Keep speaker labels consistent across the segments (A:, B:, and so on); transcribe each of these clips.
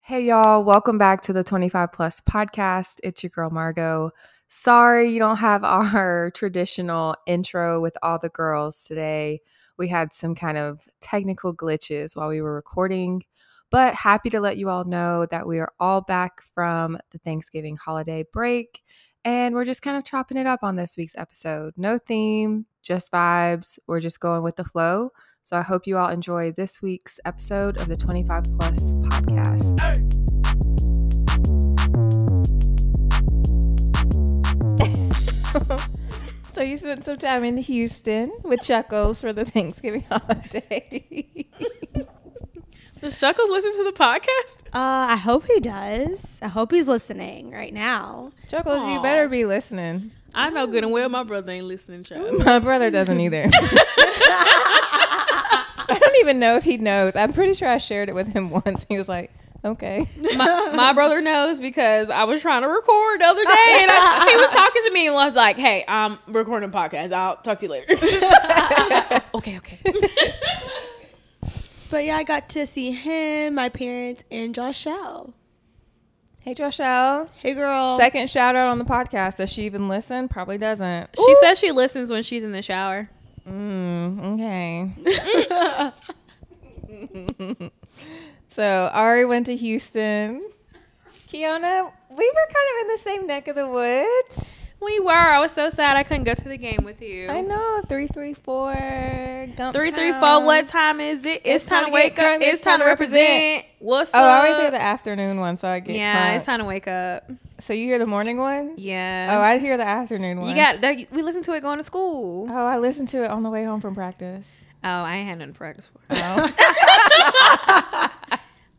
A: Hey, y'all. Welcome back to the 25 Plus podcast. It's your girl, Margot. Sorry you don't have our traditional intro with all the girls today. We had some kind of technical glitches while we were recording, but happy to let you all know that we are all back from the Thanksgiving holiday break. And we're just kind of chopping it up on this week's episode. No theme, just vibes. We're just going with the flow. So I hope you all enjoy this week's episode of the 25 Plus podcast.
B: So you spent some time in Houston with Chuckles for the Thanksgiving holiday.
C: Does Chuckles listen to the podcast?
D: Uh, I hope he does. I hope he's listening right now.
A: Chuckles, you
C: Aw.
A: better be listening.
C: I know good and well my brother ain't listening, child.
A: My brother doesn't either. I don't even know if he knows. I'm pretty sure I shared it with him once. He was like, okay.
C: My, my brother knows because I was trying to record the other day and I, he was talking to me and was like, hey, I'm recording a podcast. I'll talk to you later. okay, okay.
D: But yeah, I got to see him, my parents, and Joshelle.
A: Hey, Joshelle.
D: Hey, girl.
A: Second shout out on the podcast. Does she even listen? Probably doesn't.
E: She says she listens when she's in the shower.
A: Mm, okay. so Ari went to Houston. Kiona, we were kind of in the same neck of the woods.
E: We were. I was so sad I couldn't go to the game with you.
A: I know. Three three four. Gump
E: Three, three, four.
A: Town.
E: What time is it? It's, time, to wake
A: get
E: up.
A: drunk.
E: It's, time, to represent. What's
A: Oh,
E: up?
A: I always hear the afternoon one, so I get
E: Yeah,
A: yeah.
E: it's time to wake up.
A: So you hear the morning one? Oh,
E: Yeah.
A: I hear the afternoon one.
E: you got. that- We listened to it going to school.
A: Oh, I listened to it on the way home from practice.
E: Oh, I ain't had nothing to practice for.
A: Oh.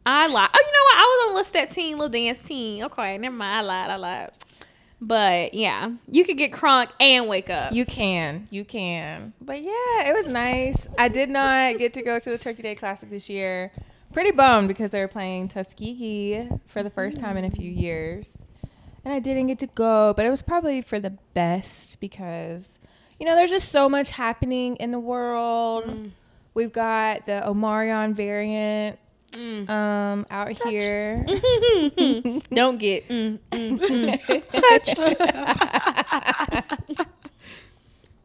E: I lied. Oh, you know what? I was on List That Teen, Little Dance Teen. Okay, never mind. I lied. I lied. But yeah, you could get crunk and wake up.
A: You can, you can. But yeah, it was nice. I did not get to go to the Turkey Day Classic this year. Pretty bummed because they were playing Tuskegee for the first time in a few years. And I didn't get to go, but it was probably for the best because, you know, there's just so much happening in the world. We've got the Omarion variant um, out here.
E: Don't get. Mm.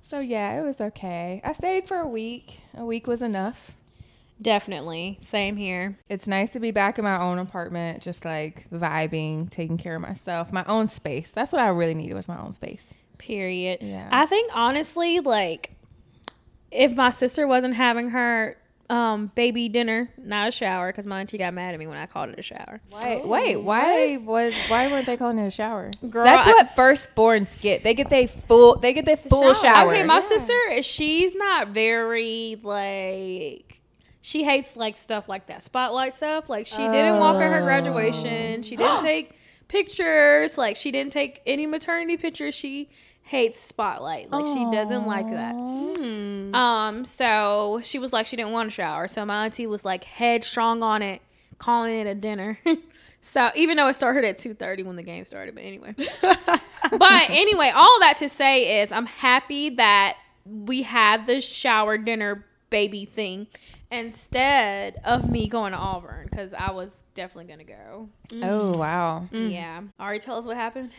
A: so yeah, it was okay. I stayed for a week, a week was enough.
E: Definitely. Same here.
A: it's nice to be back in my own apartment, just like vibing, taking care of myself, my own space. That's what I really needed was my own space.
E: Period.
A: Yeah.
E: I think honestly, like, if my sister wasn't having her um baby dinner, not a shower, because my auntie got mad at me when I called it a shower.
A: Wait, wait, why was why weren't they calling it a shower?
E: Girl,
A: That's
E: I-
A: what firstborns get. They get they full they get their full shower.
E: Okay, my sister, she's not very like. She hates like stuff like that spotlight stuff. Like she didn't walk at her graduation. She
A: Oh.
E: didn't take pictures. Like she didn't take any maternity pictures. She hates spotlight. Like she doesn't like that.
D: Mm-hmm.
E: Um, so she was like she didn't want a shower. So my auntie was like headstrong on it, calling it a dinner. so even though it started at two thirty when the game started, but anyway. but anyway, all that to say is I'm happy that we had the shower dinner baby thing instead of me going to Auburn because I was definitely gonna go.
A: Oh wow.
D: Mm.
E: Yeah. Ari, tell us what happened.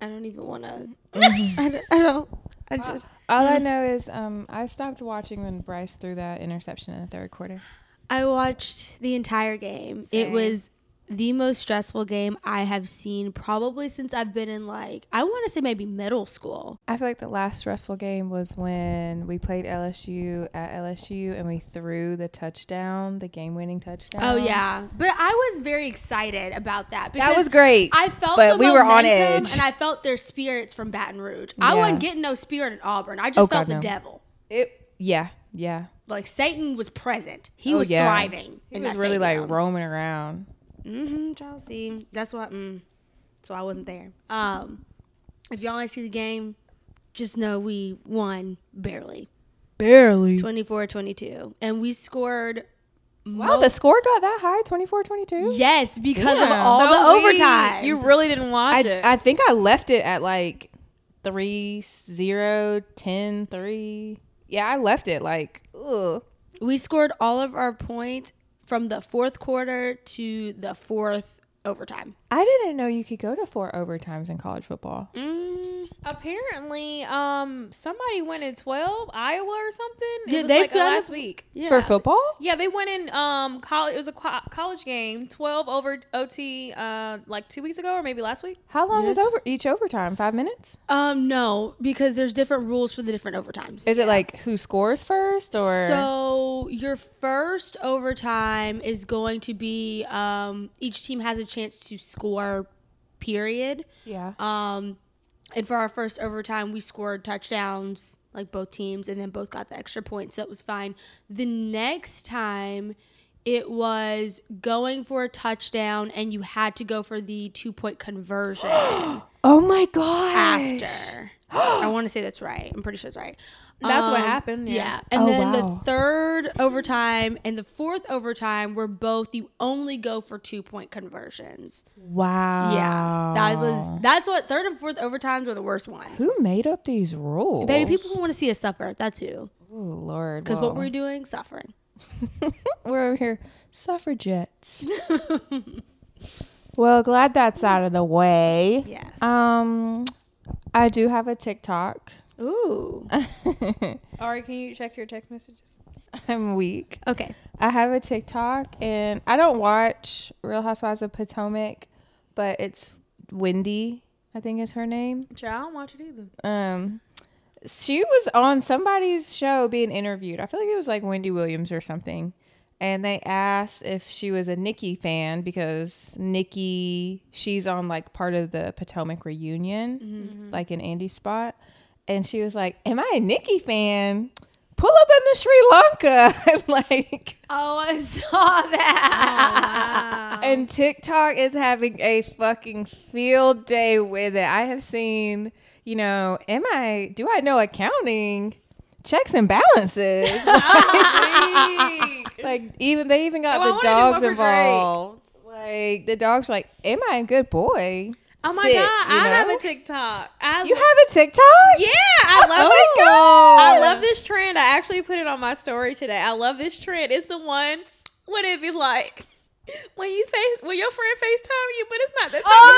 D: I don't even want to. I, don't- I don't. I just.
A: All I know is um I stopped watching when Bryce threw that interception in the third quarter.
D: I watched the entire game. It was the most stressful game I have seen probably since I've been in like, I want to say maybe middle school.
A: I feel like the last stressful game was when we played LSU at LSU and we threw the touchdown, the game winning touchdown.
D: Oh, yeah. But I was very excited about that. Because
A: That was great.
D: I felt
A: but
D: the
A: we were on
D: momentum,
A: edge.
D: and I felt their spirits from Baton Rouge. I
A: Yeah.
D: wasn't getting no spirit in Auburn. I just
A: Oh,
D: felt
A: God,
D: the
A: no.
D: devil.
A: It yeah, yeah.
D: Like Satan was present. He
A: Oh,
D: was
A: yeah.
D: thriving.
A: He was really like roaming around.
D: mm-hmm, y'all see. That's what. Mm. So I wasn't there. Um, if y'all ain't see the game, just know we won barely,
A: Barely.
D: 24-22. and we scored.
A: Wow, the score got that high, 24-22?
D: Yes, because of
A: Yeah.
D: all
E: So
D: the
E: we-
D: overtime.
E: You really didn't watch
A: I,
E: it.
A: I think I left it at like 3 0 10 3. Yeah, I left it like ugh.
D: we scored all of our points from the fourth quarter to the fourth overtime.
A: I didn't know you could go to four overtimes in college football.
D: Mm.
E: Apparently, um, somebody went in twelve Iowa or something. It
D: Yeah,
E: was
D: they've
E: like uh,
D: gone to-
E: last week.
D: Yeah.
A: For football?
E: Yeah, they went in um college. It was a co- college game, twelve over OT, uh, like two weeks ago or maybe last week.
A: How long is over each overtime? Five minutes?
D: um, no, because there's different rules for the different overtimes.
A: Is it like who scores first or
D: So your first overtime is going to be um, each team has a chance to score. Period.
A: yeah?
D: Um, and for our first overtime, we scored touchdowns, like both teams, and then both got the extra points. So it was fine. The next time, it was going for a touchdown, and you had to go for the two point conversion
A: Oh my gosh!
D: after. I want to say that's right. I'm pretty sure it's right.
E: That's what
D: Um,
E: happened.
D: Yeah.
E: Yeah.
D: And
A: Oh,
D: then
A: wow.
D: the third overtime and the fourth overtime were both you only go for two point conversions.
A: Wow.
D: Yeah. That was that's what third and fourth overtimes were the worst ones.
A: who made up these rules?
D: Baby, people who want to see us suffer. That's who.
A: Oh Lord.
D: Because
A: whoa.
D: what we're doing, suffering.
A: We're over here, suffragettes. well, glad that's out of the way.
D: Yes.
A: Um, I do have a TikTok.
D: Ooh.
E: Ari, can you check your text messages?
A: I'm weak.
D: Okay.
A: I have a TikTok, and I don't watch Real Housewives of Potomac, but it's Wendy. I think is her name.
E: Child, I don't watch it either.
A: Um, she was on somebody's show being interviewed. I feel like it was like Wendy Williams or something. And they asked if she was a Nikki fan because Nikki, she's on like part of the Potomac reunion, like in Andy's spot. And she was like, Am I a Nikki fan? Pull up in the Sri Lanka. and like,
D: Oh, I saw that.
A: and TikTok is having a fucking field day with it. I have seen, you know, am I, do I know accounting? Checks and balances. like, even, they even got
E: Oh, I
A: the
E: wanna do one
A: dogs
E: for Drake.
A: involved. Like, the dog's like, am I a good boy?
E: Oh my
A: Sit,
E: god,
A: you
E: I have
A: know?
E: a TikTop. I
A: You have a TikTok? Oh
E: Yeah, I love
A: my
E: it.
A: God.
E: I love this trend. I actually put it on my story today. I love this trend. It's the one what it be like when you face when your friend FaceTime you, but it's not that
A: Oh,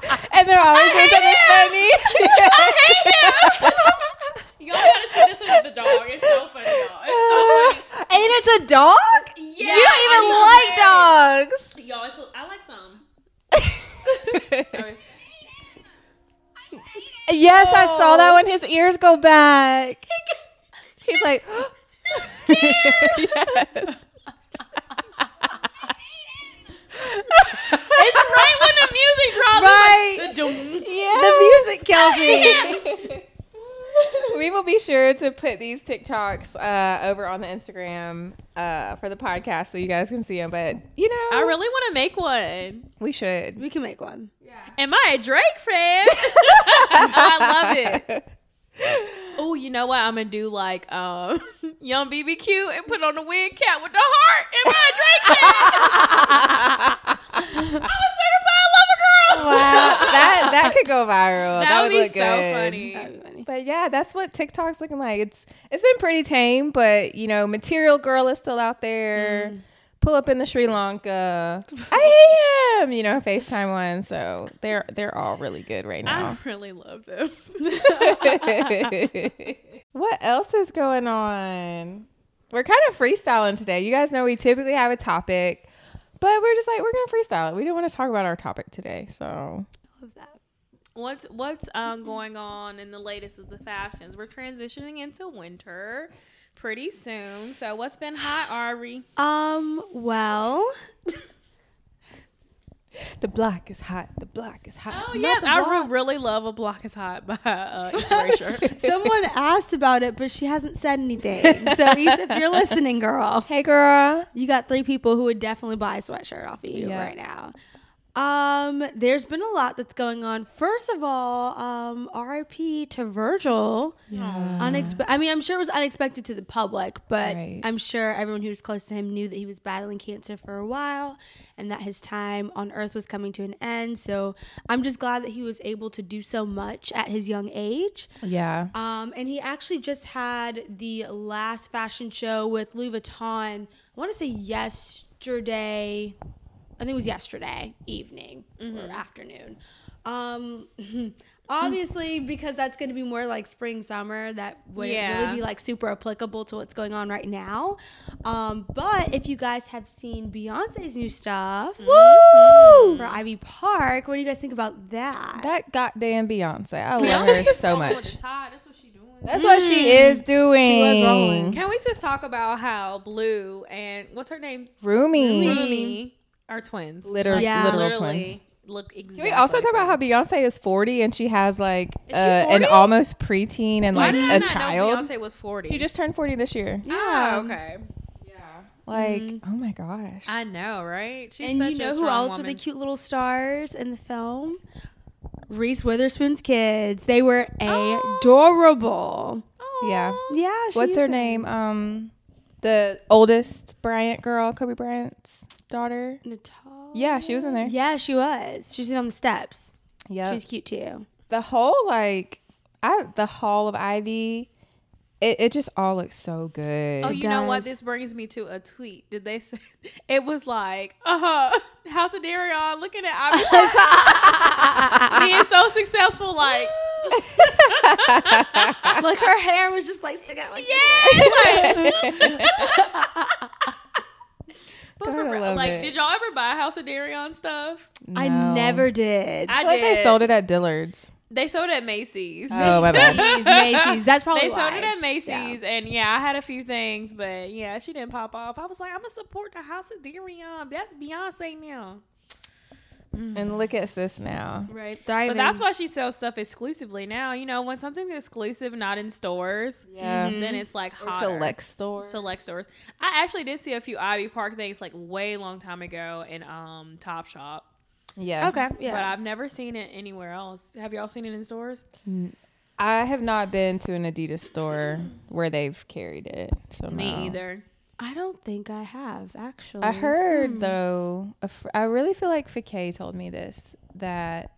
A: yes! and they're always doing something funny.
E: Y'all gotta see this one with the dog. It's so funny, y'all. It's so
A: and it's a dog?
E: Yeah,
A: you don't even like dogs.
E: funny. Y'all, it's, I like some.
A: Yes, I saw that when his ears go back. He's like, yes.
E: It's right when the music drops.
D: right.
E: It's like, the doom.
A: yes.
D: music kills me.
A: We will be sure to put these TikToks uh, over on the Instagram uh, for the podcast so you guys can see them. But, you know,
E: I really want to make one.
A: we should.
D: we can make one.
E: Am I a Drake fan? I love it. Oh, you know what? I'm gonna do like um, Young BBQ and put on a wig cat with the heart. Am I a Drake fan? I'm a certified lover girl.
A: Wow, that, that could go viral. That,
E: that, would be
A: look
E: so
A: good.
E: funny.
D: That'd be funny.
A: But yeah, that's what TikTok's looking like. It's it's been pretty tame, but you know, Material Girl is still out there. Pull up in the Sri Lanka. I am, you know, FaceTime one. So they're they're all really good right
E: I
A: now.
E: really love them.
A: what else is going on? We're kind of freestyling today. You guys know we typically have a topic, but we're just like we're gonna freestyle. it. We didn't want to talk about our topic today, so
E: what's what's um, going on in the latest of the fashions? We're transitioning into winter pretty soon. So what's been hot, Ari?
D: Um, well,
A: the black is hot. The black is hot.
E: Oh yeah, I re- really love a block is hot by uh, Erasure.
D: someone asked about it, but she hasn't said anything. So, Issa, if you're listening, girl,
A: Hey, girl.
D: you got three people who would definitely buy a sweatshirt off of you
A: Yeah.
D: right now. Um, there's been a lot that's going on. First of all, um, RIP to Virgil. Unexpe- I mean, I'm sure it was unexpected to the public, but
A: Right.
D: I'm sure everyone who was close to him knew that he was battling cancer for a while and that his time on earth was coming to an end. So I'm just glad that he was able to do so much at his young age.
A: Yeah.
D: Um, and he actually just had the last fashion show with Louis Vuitton. I want to say yesterday. I think it was yesterday evening or afternoon. Um, obviously, because that's going to be more like spring summer, that wouldn't
C: Yeah.
D: really be like super applicable to what's going on right now. Um, but if you guys have seen Beyonce's new stuff for Ivy Park, what do you guys think about that?
A: That goddamn Beyonce. I love her so much.
E: That's what she doing.
A: That's what
E: Hmm.
A: she is doing.
D: rolling.
E: Can we just talk about how Blue and what's her name?
A: Roomy.
E: Rumi are twins.
A: Liter-
D: Yeah.
A: Mm-hmm. Literal
E: Literally
A: twins.
E: Look exactly.
A: Can we also talk about how Beyonce is 40 and she has like uh, an almost preteen and like
E: did I
A: a
E: not
A: child?
E: Know Beyonce was forty.
A: She just turned 40 this year.
E: yeah. oh, okay.
A: Like, oh my gosh.
E: Mm. I know, right? She's
D: and
E: such
D: you
E: a
D: know who
E: strong
D: else
E: woman.
D: were the cute little stars in the film? Reese Witherspoon's kids. They were adorable.
A: yeah.
D: Yeah.
A: What's
D: she's
A: her
D: a-
A: name? Um, the oldest Bryant girl, Kobe Bryant's daughter.
D: Natalia.
A: Yeah, she was in there.
D: Yeah, she was. She's on the steps.
A: Yeah.
D: She's cute too.
A: the whole like, I the Hall of Ivy. It, it just all looks so good.
E: Oh, you know what?
D: does.
E: This brings me to a tweet. Did they say it was like, uh huh, House of Darion looking at Ivy Park being so successful? Like,
D: like her hair was just like sticking out. Like yeah.
E: but for
A: Gotta
E: real,
A: love
E: like,
A: it.
E: did y'all ever buy House of Darion stuff?
A: No.
D: I never did.
E: I
A: I think
E: did.
A: they sold it at Dillard's.
E: They sold it at Macy's.
A: Oh my bad.
D: Macy's, Macy's. That's probably
E: They sold
D: why.
E: it at Macy's, and yeah, I had a few things, but yeah, she didn't pop off. I was like, I'm gonna support the House of Darion. That's Beyonce now.
A: and look at sis now.
D: Right.
E: But
D: Thriving.
E: that's why she sells stuff exclusively now. You know, when something's exclusive, not in stores,
A: Yeah.
E: then it's like
A: Or
E: hotter.
A: select store.
E: select stores. I actually did see a few Ivy Park things like way long time ago in um Top Shop,
A: yeah.
D: Okay. Yeah.
E: but I've never seen it anywhere else. Have y'all seen it in stores?
A: I have not been to an Adidas store where they've carried it. So
E: Me
A: no.
E: either.
D: I don't think I have actually.
A: I
E: Hmm.
A: heard though, a fr- I really feel like Fakay told me this that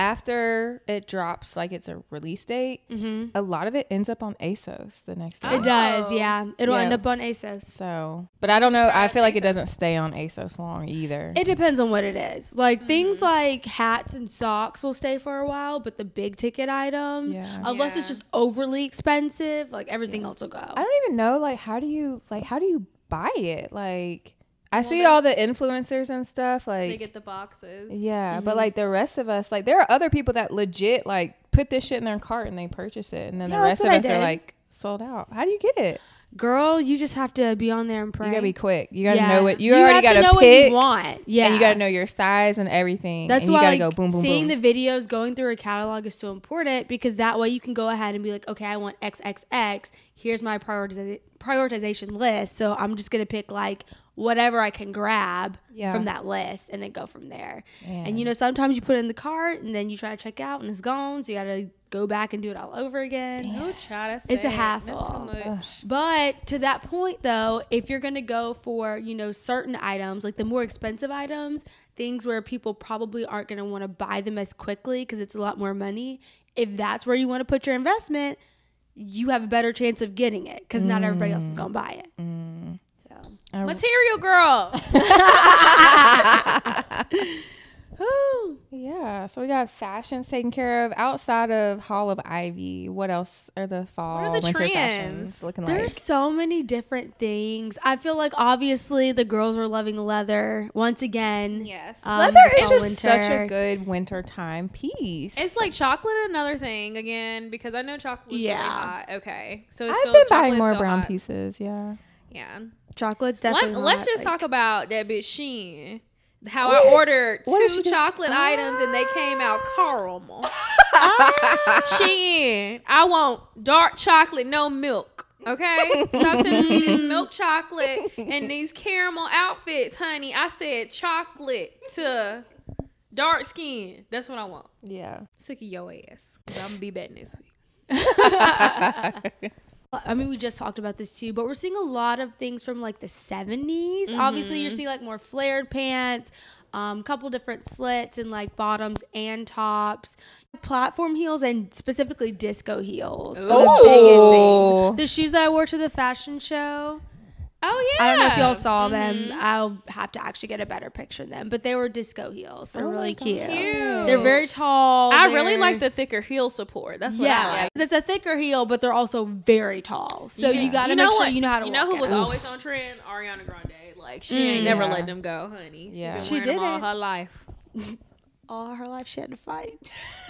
A: after it drops, like it's a release date, a lot of it ends up on ASOS the next day.
D: Mm-hmm. It does. Yeah. It'll
A: Yeah.
D: end up on ASOS.
A: So, but I don't know. I feel like it doesn't stay on ASOS long either.
D: It depends on what it is. Like
A: Mm-hmm.
D: things like hats and socks will stay for a while, but the big ticket items,
A: Yeah.
D: unless it's just overly expensive, like everything else will go.
A: I don't even know. Like, how do you like? How do you buy it? Like, I see all the influencers and stuff. Like,
E: They get the boxes.
A: Yeah,
D: Mm-hmm.
A: but like the rest of us, like there are other people that legit like put this shit in their cart and they purchase it, and then
D: Yeah,
A: the
D: that's
A: rest of
D: what I
A: us are
D: did.
A: like sold out. How do you get it?
D: Girl, you just have to be on there and pray.
A: You gotta be quick. You gotta
D: Yeah.
A: know what you, already
D: have
A: gotta
D: know
A: pick,
D: what you want. Yeah,
A: and you gotta know your size and everything.
D: That's
A: and you
D: why
A: gotta
D: like,
A: go boom, boom,
D: seeing
A: boom.
D: the videos, going through a catalog is so important because that way you can go ahead and be like, okay, I want XXX. Here's my prioritiza- prioritization list. So I'm just gonna pick like whatever I can grab
A: Yeah.
D: from that list and then go from there.
A: Man.
D: And you know, sometimes you put it in the cart and then you try to check out and it's gone. So you gotta go back and do it all over again.
E: No try to say
D: It's a
E: it. That's too
D: hassle.
E: much.
D: But to that point, though, if you're going to go for, you know, certain items, like the more expensive items, things where people probably aren't going to want to buy them as quickly because it's a lot more money, if that's where you want to put your investment, you have a better chance of getting it because not everybody else is going to buy
A: Mm.
D: it. So.
E: Material girl.
D: Whew.
A: yeah, so we got fashions taken care of outside of Hall of Ivy. What else are the fall
E: are the
A: winter
E: trends?
A: fashions looking
D: There's so many different things. I feel like obviously the girls are loving leather once again.
E: yes.
D: Um,
A: like? Leather is
D: fall,
A: just such a
D: winter.
A: good wintertime piece.
E: It's like chocolate, another thing again, because I know chocolate. Yeah.
D: Yeah.
E: hot. Okay. So it's
A: I've
E: still,
A: been buying
E: chocolate's
A: more
E: still
A: brown
E: hot.
A: pieces. Yeah.
E: Yeah.
D: Chocolate's
E: Let,
D: definitely.
E: us
D: hot,
E: just
D: like-
E: talk about that bitch Sheen. How I ordered
A: What did
E: two
A: she do?
E: chocolate
D: Ah.
E: items and they came out caramel. Ah! Shein, I want dark chocolate, no milk. Okay, stop sending me this milk chocolate and these caramel outfits, honey. I said chocolate to dark skin. That's what I want.
A: Yeah.
E: Sick of your ass. But I'm gonna be back next week.
D: I mean, we just talked about this too, but we're seeing a lot of things from like the 70s. Obviously,
E: Mm-hmm.
D: you're seeing like more flared pants, a um, couple different slits and like bottoms and tops, platform heels, and specifically disco heels. are The, biggest
A: Ooh.
D: things. the shoes that I wore to the fashion show.
E: Oh yeah. Mm-hmm.
D: I don't know if y'all saw them. I'll have to actually get a better picture of them, but they were disco heels.
E: Oh,
D: They're really cute. They're very tall.
E: I really
D: They're-
E: like the thicker heel support. That's what I
D: yeah,
E: like.
D: it's a thicker heel, but they're also very tall. So you got to make sure you know how to.
E: You know
D: walk
E: who was
D: out.
E: always on trend? Ariana Grande. Like she ain't never let them go, honey. She
A: Yeah.
E: been
D: She
E: wearing them all
D: didn't.
E: her life.
D: all her life she had to fight.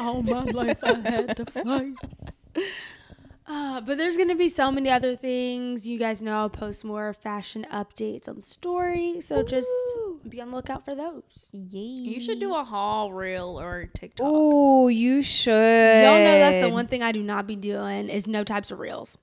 C: All my life I had to fight.
D: Uh, but there's gonna be so many other things. You guys know I'll post more fashion updates on the story, so just be on the lookout for those.
A: Yay.
E: You should do a haul reel or TikTok.
A: Ooh, you should.
D: Y'all know that's the one thing I do not be doing is no types of reels.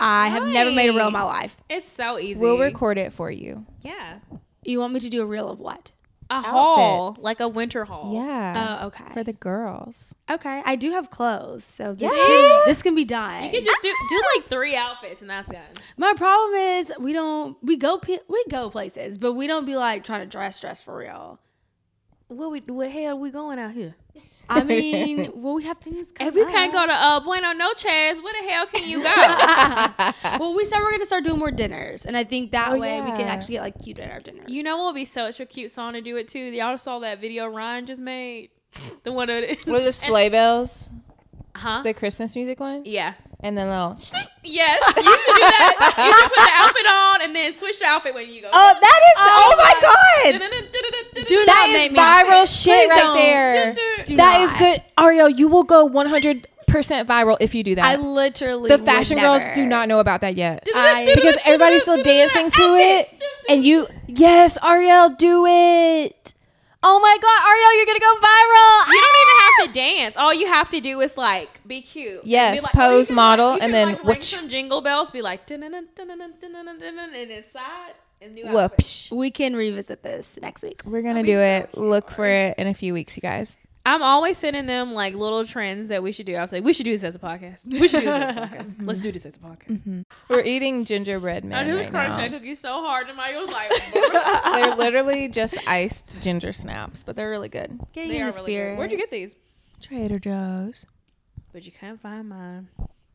D: I have never made a reel in my life.
E: It's so easy.
A: We'll record it for you.
E: Yeah.
D: You want me to do a reel of what?
E: A haul.
A: Outfits.
E: Like a winter haul. Uh,
A: Yeah.
D: Oh, okay.
A: for the girls.
D: okay, I do have clothes, so this,
A: Yeah.
D: can, this can be done.
E: You could just do do like three outfits and that's it.
D: My problem is we don't we go pe- we go places, but we don't be like trying to dress dress for real.
E: What we what hell we going out here?
D: I mean, well, we have things. Come
E: If you
D: up.
E: can't go to uh Bueno Noches, where the hell can you go?
D: well, we said we're gonna start doing more dinners, and I think that
A: Oh,
D: way we can
A: yeah.
D: actually get like cute at our dinners.
E: you know what would be such a cute song to do it to? Y'all saw that video Ryan just made? The one of
A: What are the sleigh bells?
E: Huh?
A: The Christmas music one?
E: Yeah.
A: And then little.
E: Yes, you should do that. you should put the outfit on and then switch the outfit when you go.
A: Oh, that is. Oh, my God.
D: do
A: That
D: not
A: is
D: make me-
A: viral shit
D: Please
A: right
D: don't.
A: there.
E: Do-
D: do
A: That is
D: not.
A: good. Ariel, you will go 100% viral if you do
D: I
A: that.
D: literally
A: the
D: would
A: fashion girls
D: never.
A: do not know about that yet. Uh,
D: I-
A: Because everybody's still dancing to it. And you, yes, Ariel, do it. Oh my God, Ariel, you're going to go viral.
E: You don't even have to dance. All you have to do is like be cute. And
A: Yes,
E: be like-
A: pose,
E: or you can,
A: model,
E: you
A: and
E: can,
A: then
E: like,
A: what
E: ring
A: you-
E: some jingle bells. Be like dun dun dun dun dun dun dun dun dun, and inside and new outfit.
A: Whoops.
D: We can revisit this next week.
A: We're going to do it. Look for it in a few weeks, you guys.
E: I'm always sending them like little trends that we should do. I was like, we should do this as a podcast. We should do this as a podcast. Let's do this as a podcast.
A: We're eating gingerbread
E: I
A: man
E: just
A: right
E: crushed
A: now.
E: that cookie so hard, and Michael was like,
A: They're literally just iced ginger snaps, but they're really good.
D: Getting
E: they
D: in
E: are
D: the
E: really
D: spirit.
E: good. Where'd you get these?
A: Trader Joe's.
E: But you can't find mine.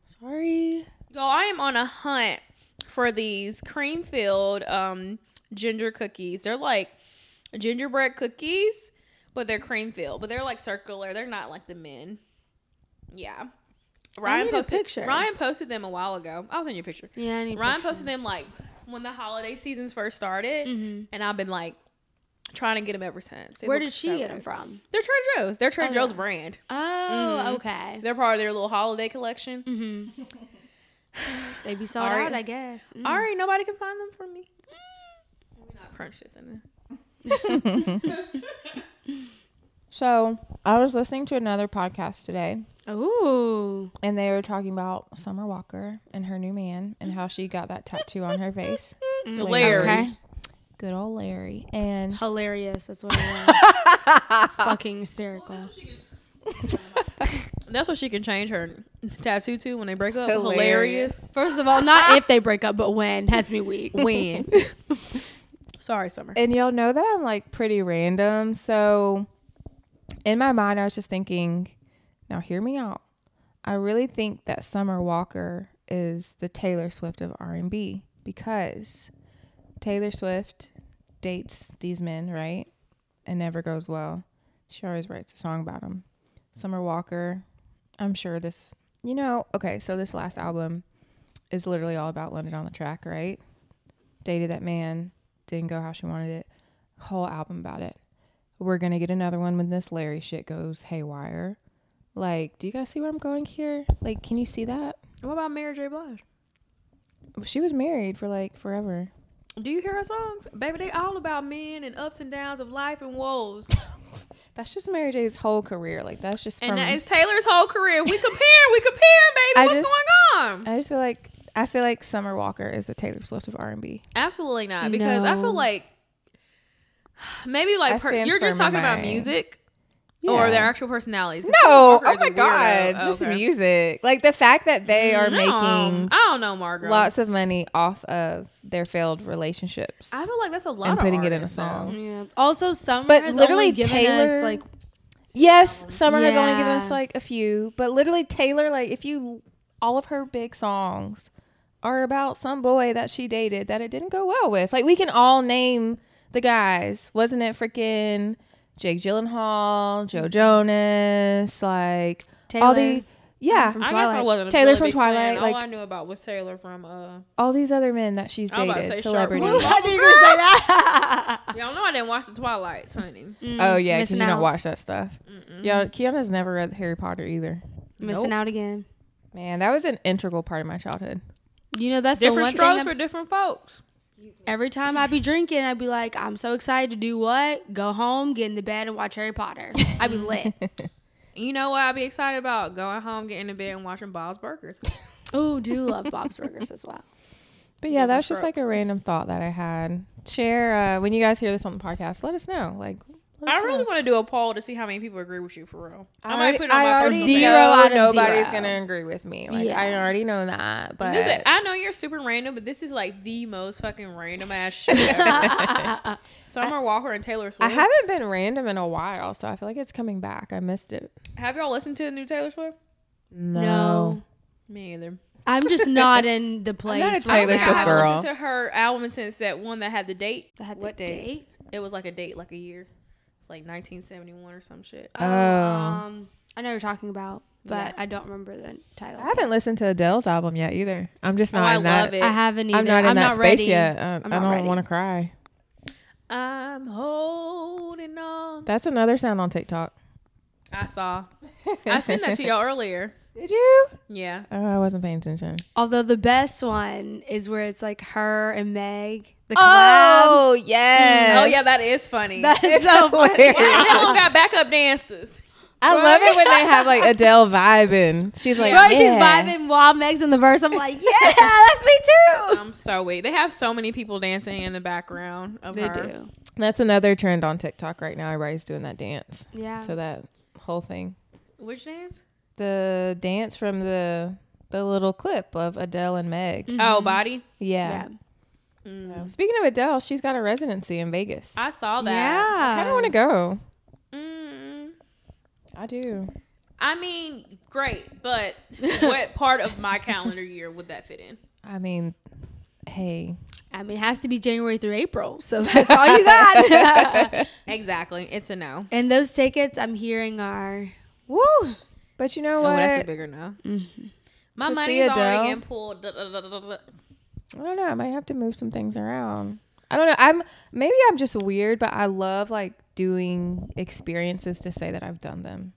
A: Sorry.
E: So I am on a hunt for these cream filled um, ginger cookies. They're like gingerbread cookies, but they're cream filled. But they're like circular. They're not like the men. Yeah. Ryan
D: need a
E: posted.
D: picture.
E: Ryan posted them a while ago. I'll send you a picture.
D: Yeah, I need
E: Ryan
D: pictures.
E: posted them like when the holiday seasons first started, and I've been like trying to get them ever since. They
D: Mm-hmm. Where
E: look
D: did she
E: so
D: get them
E: good.
D: from?
E: They're Trader Joe's. They're Trader Joe's brand.
D: Oh, okay.
E: They're part of their little holiday collection.
D: They be sold
E: Ari-
D: out, I guess. Mm.
E: All right, nobody can find them for me. Let me not crunch this in
A: So I was listening to another podcast today,
D: Ooh.
A: and they were talking about Summer Walker and her new man and how she got that tattoo on her face.
E: there. Larry.
D: Okay.
A: Good old Larry. And
D: Hilarious. That's what I want. Fucking hysterical.
E: That's what she can change her tattoo to when they break up. Hilarious.
D: First of all, not if they break up, but when has me weak.
E: When? Sorry, Summer.
A: and y'all know that I'm like pretty random. So in my mind, I was just thinking, now hear me out. I really think that Summer Walker is the Taylor Swift of R&B because Taylor Swift dates these men, right? It never goes well. She always writes a song about them. Summer Walker, I'm sure this, you know, okay, so this last album is literally all about London on the Track, right? Dated that man, didn't go how she wanted it. Whole album about it. We're gonna get another one when this Larry shit goes haywire. Like, do you guys see where I'm going here? Like, can you see that?
E: What about Mary J. Blige?
A: She was married for like forever.
E: Do you hear her songs? Baby, they all about men and ups and downs of life and woes.
A: That's just Mary J's whole career. Like, that's just from.
E: and that is Taylor's whole career. We compare, we compare, baby.
A: I
E: What's
A: just-
E: going on?
A: I just feel like I feel like Summer Walker is the Taylor Swift of R and B.
E: Absolutely not, because I
D: No.
E: feel like maybe
A: I
E: like per,
A: stand
E: you're just
A: firm
E: talking
A: in
E: about
A: my-
E: music, or their
A: Yeah.
E: actual personalities. 'Cause
A: No,
E: Summer Walker
A: oh
E: is a
A: my
E: weirdo.
A: god, just
E: Oh, okay.
A: music. Like the fact that they are
E: No,
A: making
E: I don't know, Margaret.
A: lots of money off of their failed relationships.
E: I feel like that's a lot.
A: and
E: of
A: putting it in a
E: artists,
A: song.
E: though.
D: Yeah. Also, summer.
A: But
D: has
A: literally
D: only given us,
A: Taylor-
D: like
A: yes, Summer has only given us
D: Yeah.
A: like a few, but literally Taylor, like if you all of her big songs are about some boy that she dated that it didn't go well with. Like we can all name the guys. Wasn't it freaking Jake Gyllenhaal, Joe Jonas, like all the yeah,
E: I guess I wasn't a
A: Taylor
E: really
A: from
E: big fan.
A: Twilight,
E: All
A: like-
E: I knew about was Taylor from. Uh,
A: all these other men that she's
E: I was about to
A: dated,
E: say Shark
A: celebrities.
E: Week.
D: How did you gonna say that? Mm,
E: y'all know I didn't watch the Twilight, honey.
A: Oh yeah, because
D: missing
A: you don't
D: out.
A: watch that stuff. Yeah, Kiana's never read Harry Potter either.
D: Missing out again.
A: Man, that was an integral part of my childhood.
D: You know that's the
E: Different
D: one
E: strokes
D: thing.
E: for
D: I'm-
E: different folks.
D: Every time I be drinking, I'd be like, I'm so excited to do what? Go home, get in the bed, and watch Harry Potter. I'd be lit.
E: You know what I'd be excited about? Going home, getting in bed, and watching Bob's Burgers.
D: oh, do love Bob's Burgers as well.
A: But yeah, that was just like a random thought that I had. Share uh, when you guys hear this on the podcast. Let us know. Like, let
E: I
A: us
E: really
A: know.
E: want to do a poll to see how many people agree with you for real. I, might
A: already-
E: put it on
A: I
E: my
A: already
E: personal
A: know
E: page.
D: Zero out of
A: nobody's
D: zero.
A: gonna agree with me. Like, I
D: Yeah.
A: already know that. But
E: This is- I know you're super random, but this is like the most fucking random ass shit. ever. Summer Walker and Taylor
A: I
E: Swift.
A: haven't been random in a while, so I feel like it's coming back. I missed it.
E: Have y'all listened to the new Taylor Swift?
A: No,
E: Me either.
D: I'm just not in the place.
A: not a
D: right
A: Taylor
E: I
D: now.
A: Swift
E: haven't
A: girl.
E: listened to her album since that one that had the date.
D: I had the
E: What date?
D: date?
E: It was like a date, like a year. It's like 1971 or some shit.
D: Oh,
A: Oh.
D: um, I know what you're talking about, but I don't remember the title.
A: I haven't listened to Adele's album yet either. I'm just not
E: Oh, I
A: in that.
E: love it.
D: I haven't either.
A: I'm not in that space
D: ready.
A: yet. Uh, I
D: not
A: don't
D: ready.
A: want to cry.
E: I'm holding on.
A: That's another sound on TikTok.
E: I saw. I sent that to y'all earlier.
A: Did you?
E: Yeah.
A: Oh, I wasn't paying attention.
D: Although the best one is where it's like her and Meg. The collab.
A: Oh yes.
E: Oh yeah, that is funny.
D: That's so funny.
E: They all got backup dances.
A: I love it when they have like Adele vibing. She's like,
D: Bro,
A: yeah.
D: she's vibing while Meg's in the verse. I'm like, yeah, that's me too.
E: I'm so weak. They have so many people dancing in the background of
D: They
E: her.
D: do.
A: That's another trend on TikTok right now. Everybody's doing that dance.
D: Yeah.
A: So that whole thing,
E: Which dance?
A: the dance from the the little clip of Adele and Meg.
E: Oh, body.
A: Mm.
E: Mm.
A: Yeah.
D: yeah.
A: So, Speaking of Adele, she's got a residency in Vegas. I
E: I saw that.
A: kind of
D: Yeah.
A: want to go.
E: Mm.
A: I do.
E: I mean, great, but what part of my calendar year would that fit in?
A: I mean, hey,
D: I mean, it has to be January through April. So that's all you got.
E: Exactly. It's a no.
D: and those tickets I'm hearing are woo.
A: but you know
E: Oh,
A: what?
E: that's a bigger no. My
A: Mm-hmm. To see
E: money's
A: Adele?
E: already getting pulled. Da, da, da, da, da.
A: I don't know. I might have to move some things around. I don't know. I'm maybe I'm just weird, but I love like doing experiences to say that I've done them.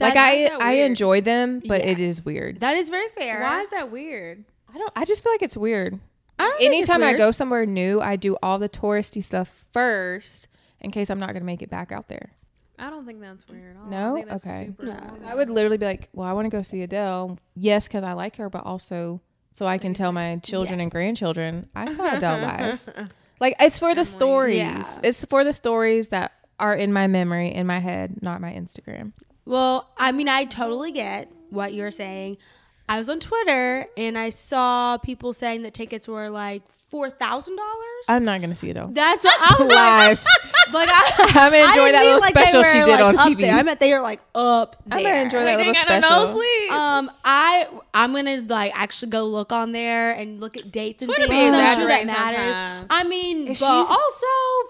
A: like I
D: That's
E: so
A: I
E: weird.
A: enjoy them, but it is weird.
D: That is very fair.
E: Why is that weird?
A: I don't. I just feel like it's weird.
D: I don't think it's
A: Anytime I
D: weird.
A: go somewhere new, I do all the touristy stuff first in case I'm not gonna make it back out there.
E: I don't think that's weird. At all.
A: No?
E: I think that's
A: Okay.
E: Super
D: No.
A: I would literally be like, "Well, I want to go see Adele. Yes, because I like her, but also so I can tell my children and grandchildren I saw Adele live. Like it's for the stories.
D: Yeah.
A: It's for the stories that are in my memory, in my head, not my Instagram.
D: Well, I mean, I totally get what you're saying. I was on Twitter and I saw people saying that tickets were like four thousand dollars.
A: I'm not gonna see Adele
D: That's what I was like.
A: live.
D: Like I,
A: I'm gonna
D: I
A: enjoy that
D: didn't mean
A: little
D: like they
A: special she
D: were,
A: did
D: like,
A: on
D: up
A: TV.
D: there. I meant they were like up. There.
A: I'm gonna enjoy that
E: They
A: little
E: ain't got
A: special.
E: no nosebleeds.
D: Um, I I'm gonna like actually go look on there and look at dates and
E: Twitter
D: things.
E: be
D: I'm sure that
E: exaggerating
D: matters.
E: sometimes.
D: I mean,
A: If
D: but
A: she's-
D: also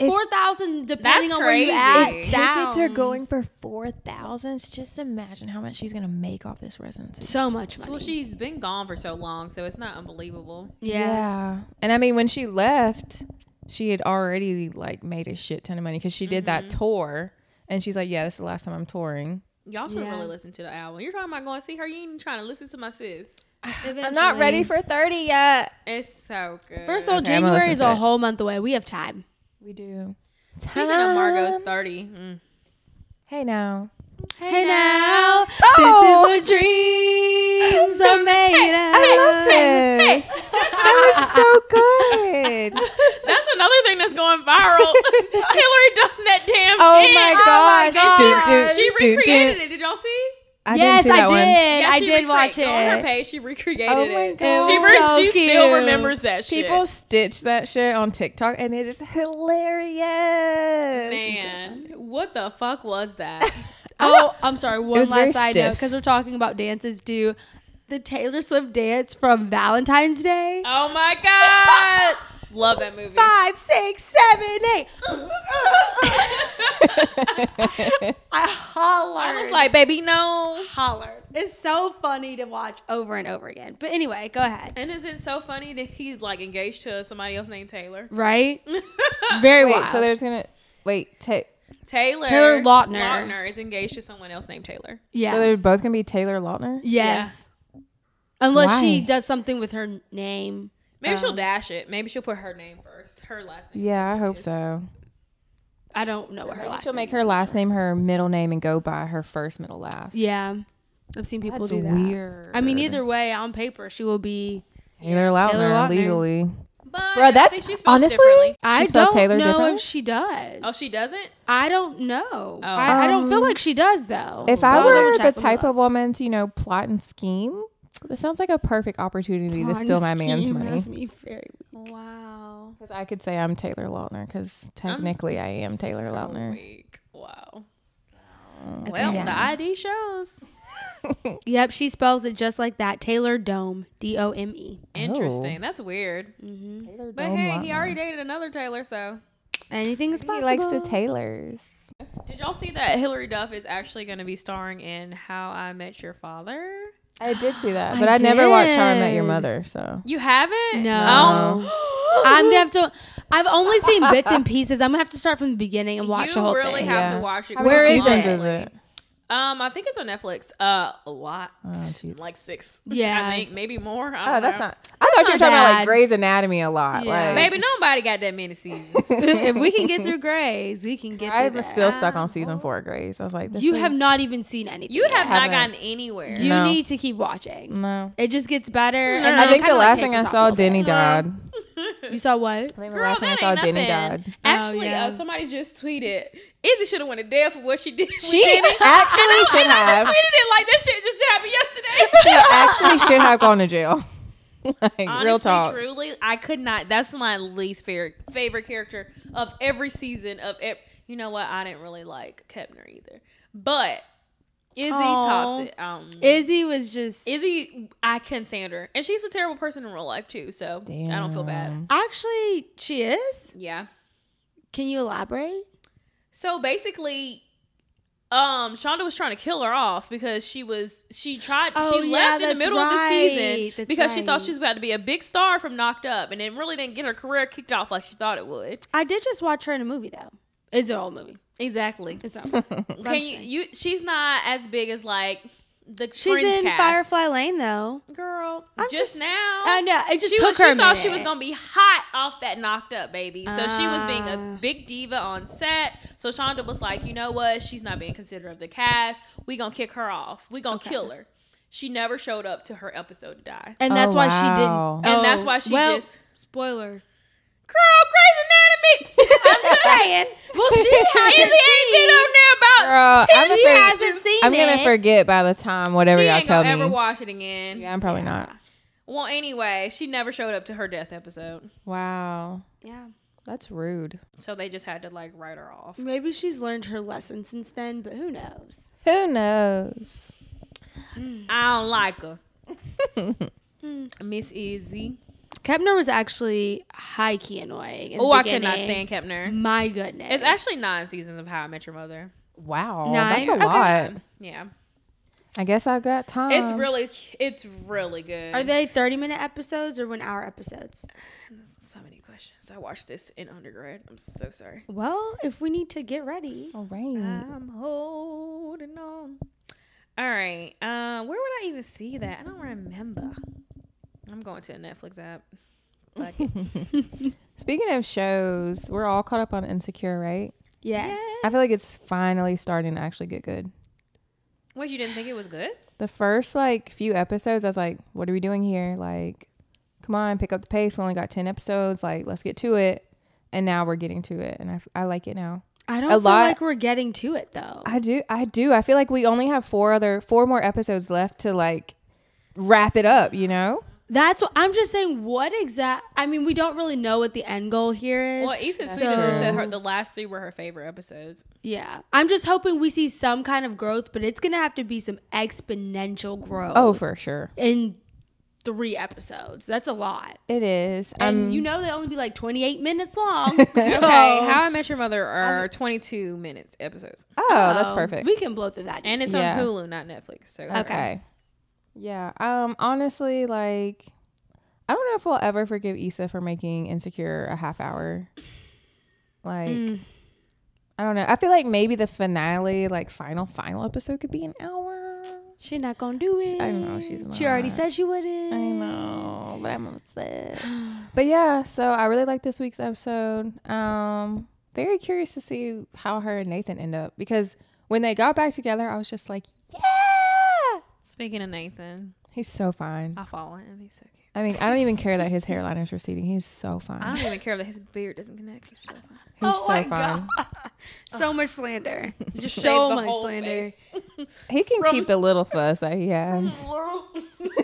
A: if-
D: four thousand depending
E: That's
D: on where
E: crazy.
D: you at.
E: If
A: Tickets are
D: sounds
A: going for four thousand. Just imagine how much she's gonna make off this residency.
D: so much money.
E: Well, she's been gone for so long, so it's not unbelievable.
A: Yeah.
D: yeah.
A: And I mean, when she left, she had already like made a shit ton of money because she did that tour. And she's like, yeah, this is the last time I'm touring.
E: Y'all should
D: Yeah.
E: really listen to the album. You're talking about going to see her. You ain't even trying to listen to my sis.
A: I'm not ready for 30 yet.
E: It's so good.
D: First of all,
A: I'm gonna listen
D: January is
A: to it.
D: a whole month away. We have time.
A: We do.
E: speaking of
A: Um,
E: Margot's thirty, mm.
A: Hey, now.
D: Hey, now,
A: Oh!
D: this is what dreams are made of.
A: this. that was so good.
E: that's another thing that's going viral. Hillary done that damn.
A: Oh
E: dance.
A: my
D: my
A: gosh.
D: God.
A: Dun, dun,
E: She
A: dun,
E: recreated
A: dun.
E: it. Did y'all see?
A: I
D: yes,
A: didn't see that
D: I did.
A: one.
E: Yeah,
D: I
E: she
D: did
E: recrea-
D: watch it.
E: On her page, she recreated
A: Oh my
E: it.
A: God.
E: She,
D: It
E: re-
D: was so
E: she still
D: cute.
E: remembers that shit.
A: People stitch that shit on TikTok and it is hilarious.
E: Man, what the fuck was that?
D: Oh, I'm sorry. One
A: was very
D: last side note
A: stiff.
D: because we're talking about dances. Do the Taylor Swift dance from Valentine's Day?
E: oh my god, love that movie.
D: Five, six, seven, eight. I hollered.
E: I was like, baby, no.
D: hollered. It's so funny to watch over and over again. But anyway, go ahead.
E: And isn't it so funny that he's like engaged to somebody else named Taylor?
D: Right? Very
A: Wait,
D: wild.
A: so there's gonna wait. Ta-
E: Taylor
D: Taylor Lautner.
E: Lautner is engaged to someone else named Taylor.
D: yeah.
A: So they're both gonna be Taylor Lautner.
D: yes. Unless she
A: Why?
D: does something with her name.
E: Maybe she'll
D: Um,
E: dash it. Maybe she'll put her name first, her last name.
A: Yeah, I hope
E: Yes.
A: so.
D: I don't know what her
A: Maybe
D: last
A: she'll
D: name
A: make her
D: is.
A: last name her middle name and go by her first middle last.
D: Yeah. I've seen people
A: that's
D: do that.
A: weird.
D: I mean, either way, on paper, she will be.
A: Taylor Lautner,
D: Taylor Lautner.
A: legally.
E: But
A: Bro,
E: I
A: that's
E: think she spells
A: honestly.
E: differently.
D: I
A: spells
D: don't
A: Taylor
D: know
A: differently?
D: if she does.
E: Oh, she doesn't.
D: I don't know. I, I don't feel
A: Um,
D: like she does though.
A: If I
D: I'll double
A: were the
D: check, let me
A: type
D: look.
A: of woman to, you know, plot and scheme, that sounds like a perfect opportunity to steal my man's
D: Scheme
A: money.
D: has me very weak.
E: Wow.
A: Because I could say I'm Taylor Lautner, because technically I am Taylor Lautner. Mm,
E: Weak. Wow. Well,
A: Yeah. Oh.
E: the ID shows.
D: Yep, she spells it just like that. Taylor Dome, D O M E.
E: Interesting. That's weird.
D: Mm-hmm.
A: Taylor
E: But
A: Dome
E: hey, he
A: Lautner.
E: already dated another Taylor, so.
D: Anything's possible.
A: He likes the Taylors.
E: Did y'all see that Hillary Duff is actually going to be starring in How I Met Your Father?
A: I did see that,
D: I
A: but I, never watched How I Met Your
D: did.
A: Mother, so
E: You haven't?
D: No.
E: Oh.
D: I'm gonna have to. I've only seen bits and pieces. I'm gonna have to start from the beginning and watch
E: you
D: the whole
E: really
D: thing.
E: have
A: Yeah.
E: to watch it.
A: How
D: Where
A: many
D: is
A: seasons
D: it?
A: is it?
E: Um, I think it's on Netflix. Uh, a lot,
A: Oh, geez.
E: like six.
D: Yeah.
E: I think maybe more. I
A: Oh,
E: don't
A: that's
E: know.
A: not. I thought you were
D: not
A: talking about
D: bad.
A: like Grey's Anatomy a lot.
D: Yeah.
A: Like,
E: Baby, nobody got that many seasons.
D: if we can get through Grays, we can get.
A: I
D: through
A: was
D: that.
A: still stuck on season four of Grey's. I was like, this
D: You have
A: is-
D: not even seen anything.
E: You have
D: yet.
A: Haven't.
E: not gotten anywhere.
D: You
A: No.
D: need to keep watching.
A: No.
D: It just gets better. And then
A: I
D: it
A: think the
D: kinda, like,
A: last thing I
D: tapers
A: saw,
D: off a little
A: Denny
D: bit.
A: died.
D: You saw what?
A: I think the
E: Girl,
A: last thing I
E: that
A: saw,
E: ain't
A: Denny
E: nothing.
A: died.
E: Actually,
D: yeah.
E: uh, somebody just tweeted, Izzy should have went to jail for what she did. with
A: She
E: Denny."
A: actually should have.
E: tweeted it like that shit just happened yesterday.
A: She actually should have gone to jail. like, real
E: Honestly,
A: talk.
E: Truly, I could not. That's my least favorite favorite character of every season of. Ev- you know what? I didn't really like Kepner either, but Izzy
D: Aw.
E: tops it. Um,
D: Izzy was just.
E: Izzy, I can stand her, and she's a terrible person in real life too. So I don't feel bad.
A: Damn.
D: Actually, she is.
E: Yeah.
D: Can you elaborate?
E: So basically, um, Shonda was trying to kill her off because she was she tried
D: Oh,
E: she
D: yeah,
E: left in the
D: that's
E: middle of the season
D: right. That's
E: because she thought
D: right.
E: she was about to be a big star from Knocked Up, and it really didn't get her career kicked off like she thought it would.
D: I did just watch her in a movie though. It's an old movie.
E: Exactly.
D: It's not.
E: Can you, you? She's not as big as like the
D: She's
E: Friends
D: in
E: cast.
D: Firefly Lane though.
E: Girl,
D: I'm
E: just,
D: just-
E: now.
D: I know. It just
E: she
D: took
E: was,
D: her.
E: she
D: a
E: thought she was
D: minute.
E: gonna be hot off that knocked up baby, so she was being
D: Ah.
E: a big diva on set. So Shonda was like, you know what? She's not being considerate of the cast. We gonna kick her off. We gonna kill her. She never showed up to her episode to die,
D: and that's
A: Oh,
D: why
A: wow.
D: she didn't.
E: and that's
D: Oh,
E: why she
D: well,
E: just
D: spoiler.
E: girl Grey's Anatomy. I'm just saying.
D: Well, she
E: Izzy
D: hasn't.
E: ain't been on there about.
A: Girl, I'm,
D: she
A: gonna,
D: hasn't seen
A: I'm gonna
D: it.
A: forget by the time whatever
E: she
A: y'all
E: ain't
A: tell
E: gonna
A: me.
E: ever watch it again.
A: yeah, I'm probably not.
E: Well, anyway, she never showed up to her death episode,
A: Wow.
D: Yeah.
A: That's rude.
E: so they just had to like write her off.
D: Maybe she's learned her lesson since then, but who knows?
A: Who knows?
E: I don't like her. Miss Izzy.
D: Kepner was actually high key annoying. in the
E: Oh, I could not
D: beginning.
E: stand Kepner.
D: My goodness.
E: It's actually nine seasons of How I Met Your Mother.
A: Wow.
D: Nine?
A: That's a
D: Okay.
A: lot.
E: Yeah,
A: I guess I got time.
E: it's really, it's really good.
D: Are they thirty minute episodes or one hour episodes?
E: so many questions? I watched this in undergrad. I'm so sorry.
D: Well, if we need to get ready.
A: All right.
E: I'm holding on. All right. Uh, where would I even see that? I don't remember. I'm going to a Netflix app. Fuck it.
A: Speaking of shows, we're all caught up on Insecure, right?
D: Yes.
A: I feel like it's finally starting to actually get good.
E: What you didn't think it was good?
A: The first like few episodes, I was like, "What are we doing here? Like, come on, pick up the pace. We only got ten episodes. Like, let's get to it." And now we're getting to it, and I, I like it now.
D: I don't
A: A
D: feel
A: lot-
D: like we're getting to it though.
A: I do. I do. I feel like we only have four other, four more episodes left to like wrap it up. You know.
D: That's what I'm just saying. What exact? I mean, we don't really know what the end goal here is.
E: Well, Issa Sweet
D: true.
E: said her, the last three were her favorite episodes.
D: yeah, I'm just hoping we see some kind of growth, but it's gonna have to be some exponential growth.
A: Oh, for sure.
D: in three episodes. That's a lot.
A: It is.
D: And
A: um,
D: you know they only be like 28 minutes long. so-
E: Okay, How I Met Your Mother are 22 minutes episodes,
A: oh, that's
D: Um,
A: perfect.
D: We can blow through that.
E: and it's
A: Yeah.
E: on Hulu, not Netflix. So
A: okay. Yeah. Um. Honestly, like, I don't know if we'll ever forgive Issa for making Insecure a half hour. Like.
D: Mm.
A: I don't know. I feel like maybe the finale, like final final episode, could be an hour.
D: she's not gonna do it.
A: I know she's not.
D: She already said she wouldn't.
A: I know, but I'm upset. but yeah, so I really like this week's episode. Um, very curious to see how her and Nathan end up because when they got back together, I was just like, yeah,
E: Speaking of Nathan,
A: he's so fine.
E: I follow him. He's so cute.
A: I mean, I don't even care that his hairline is receding. He's so fine.
E: I don't even care that his beard doesn't connect. He's so fine.
A: He's
D: Oh
A: so
D: my
A: fine.
D: So much slander. Just
E: shaved
D: so
E: the
D: much
E: whole
D: slander.
A: He can keep the little fuss that he has.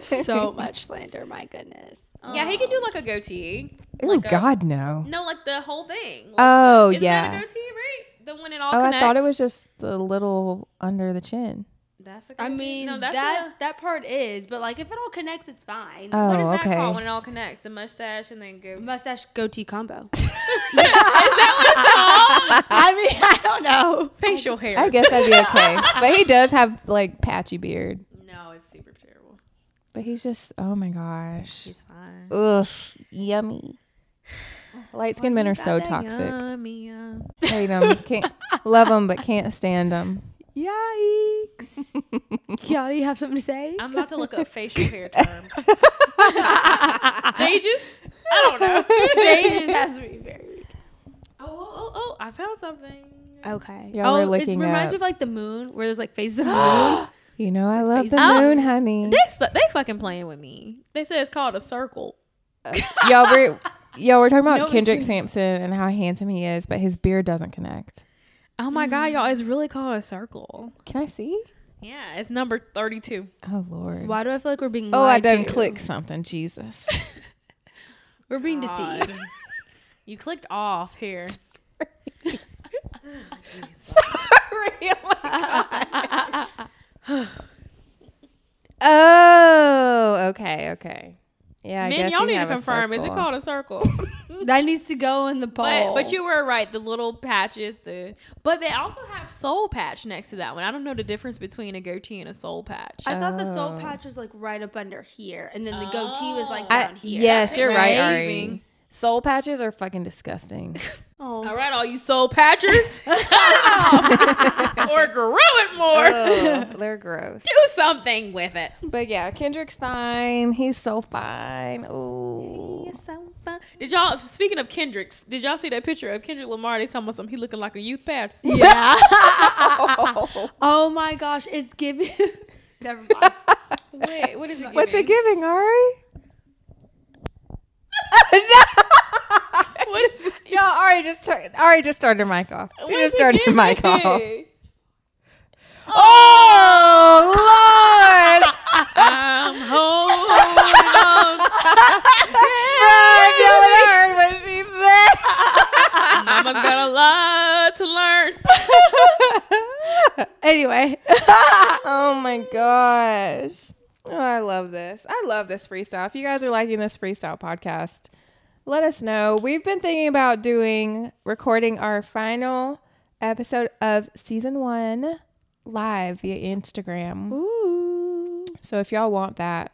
D: so much slander. My goodness.
E: Yeah, he could do like a goatee.
A: Oh
E: Like a-
A: God, no.
E: No, like the whole thing. Like,
A: Oh
E: isn't that a
A: yeah.
E: goatee, right? The one in all
A: Oh, I
E: connects.
A: thought it was just the little under the chin.
E: That's a
D: I
E: goatee.
D: mean,
E: no, that's
D: that that part is, but like if it all connects, it's fine.
A: Oh,
E: a, what is that
A: okay.
E: called when it all connects? The mustache and then goatee.
D: Mustache goatee combo. is that what it's called? I mean, I don't know.
E: Facial hair.
A: I guess that'd be okay. but he does have like patchy beard.
E: no, it's super terrible.
A: But he's just oh my gosh.
E: He's fine.
A: Ugh, yummy. Light skinned men are so
E: That
A: toxic.
E: yummy, yum.
A: Hate them. Can't love them, but can't stand them.
D: Yikes. Kiana, you have something to say?
E: I'm about to look up facial hair terms. Stages? I don't know.
D: Today just has to be very weak.
E: Oh, oh, oh, oh, I found something.
D: Okay.
A: Y'all were
D: oh, it
A: looking
D: reminds
A: up-
D: me of like the moon, where there's like phases of the moon.
A: You know I love the
E: Oh.
A: moon, honey.
E: They, st- they fucking playing with me. They said it's called a circle.
A: y'all were y'all were talking about
D: No, it's
A: Kendrick
D: in-
A: Sampson and how handsome he is, but his beard doesn't connect.
E: Oh my god, y'all, it's really called a circle.
A: Can I see?
E: Yeah, it's number 32.
A: Oh Lord.
D: Why do I feel like we're being?
A: Oh, I
D: lied
A: done
D: to?
A: click something, Jesus.
D: We're being
E: God.
D: deceived.
E: You clicked off here.
A: oh, okay, okay. Yeah, I
E: Man,
A: guess
E: y'all
A: you
E: need to
A: have a
E: confirm. Is it
A: circle.
E: called a circle? Oh.
D: That needs to go in the poll.
E: but, but you were right. The little patches, the but they also have soul patch next to that one. I don't know the difference between a goatee and a soul patch.
D: I thought the
E: Oh.
D: soul patch was like right up under here, and then the goatee was like
A: I-
D: down here.
A: Yes, you're right,
E: Right?
A: Ari. Soul patches are fucking disgusting.
D: Oh.
E: All right, all you soul patchers, or grow it more.
A: Oh, they're gross.
E: Do something with it.
A: But yeah, Kendrick's fine. He's so fine. Ooh.
E: Did y'all speaking of Kendrick's? Did y'all see that picture of Kendrick Lamar? They talking about something. He looking like a youth pastor.
D: Yeah. oh my gosh, it's giving. Never mind.
E: Wait, what is it?
A: What's it
E: giving?
A: giving, Ari?
E: What is it?
A: Y'all, Ari just tur- Ari just turned her mic off. She just turned her mic off. Oh Lord!
E: I'm home.
A: Brian, you haven't heard what she said.
E: Mama's got a lot to learn.
D: Anyway,
A: oh my gosh. Oh, I love this. I love this freestyle. If you guys are liking this freestyle podcast, let us know. We've been thinking about doing recording our final episode of season one live via Instagram. Ooh. So if y'all want that,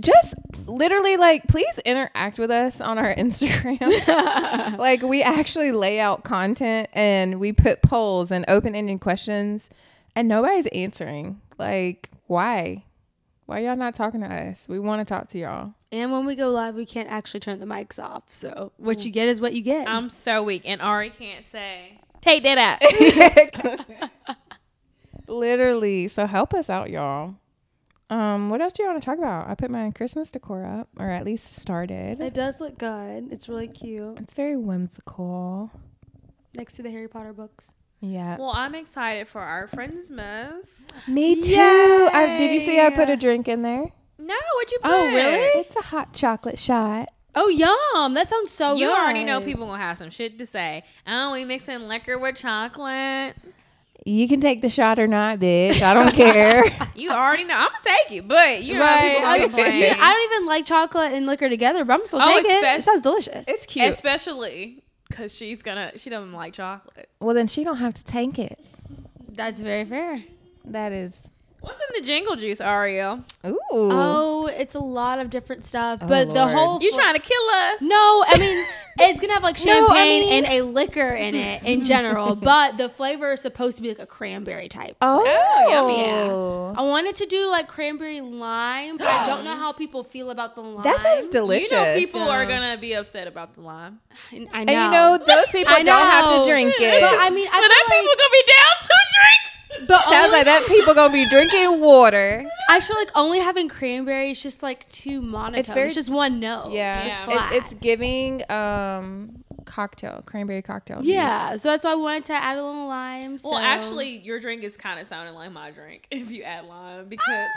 A: just literally like please interact with us on our Instagram. like we actually lay out content and we put polls and open-ended questions and nobody's answering. Like why? Why y'all not talking to us? We want to talk to y'all.
D: and when we go live, we can't actually turn the mics off. So what you get is what you get.
E: I'm so weak, and Ari can't say. Take that out.
A: Literally. So help us out, y'all. Um, what else do you want to talk about? I put my Christmas decor up, or at least started.
D: it does look good. It's really cute.
A: It's very whimsical.
D: next to the Harry Potter books.
A: Yeah.
E: Well, I'm excited for our friends mess.
A: Me too. I, did you see I put
E: Yeah.
A: a drink in there?
E: No, what you? Put?
A: Oh, really? It's a hot chocolate shot.
D: Oh, yum! That sounds so.
A: Oh,
E: You already know
D: good.
E: people gonna have some shit to say. Oh, we mixing liquor with chocolate.
A: You can take the shot or not, bitch. I don't care.
E: You already know. I'm gonna take it, but you know
A: Right.
E: people gonna
A: Okay.
E: complain.
D: Yeah, I don't even like chocolate and liquor together, but I'm still
E: Oh,
D: taking it.
E: espe-
D: It sounds delicious.
A: it's cute.
E: Especially because she's gonna. She doesn't like chocolate.
A: well, then she don't have to tank it.
D: That's very fair.
A: That is.
E: What's in the jingle juice, Ariel?
A: Ooh.
D: Oh, it's a lot of different stuff, but the
A: Lord.
D: whole
E: You
D: fl-
E: trying to kill us?
D: No, I mean it's gonna have like champagne
A: No, I mean-
D: and a liquor in it in general, but the flavor is supposed to be like a cranberry type.
A: Oh.
D: I wanted to do like cranberry lime, but I don't know how people feel about the lime.
A: That sounds delicious.
E: You know people are gonna be upset about the lime.
D: I
A: and you know those people
D: I
A: don't have
D: know.
A: to drink it.
D: but I mean, I
E: But that
D: feel like,
E: people gonna be down two drinks.
D: but
A: Sounds
D: only-
A: like that people gonna be drinking water.
D: I just feel like only having cranberry is just like too monotone. It's,
A: very-
D: just one note.
A: Yeah,
D: it's
E: Yeah.
D: flat.
A: It- it's giving um cocktail cranberry cocktail. juice.
D: yeah. So that's why I wanted to add a little lime.
E: Well,
D: so-
E: actually, your drink is kind of sounding like my drink if you add lime because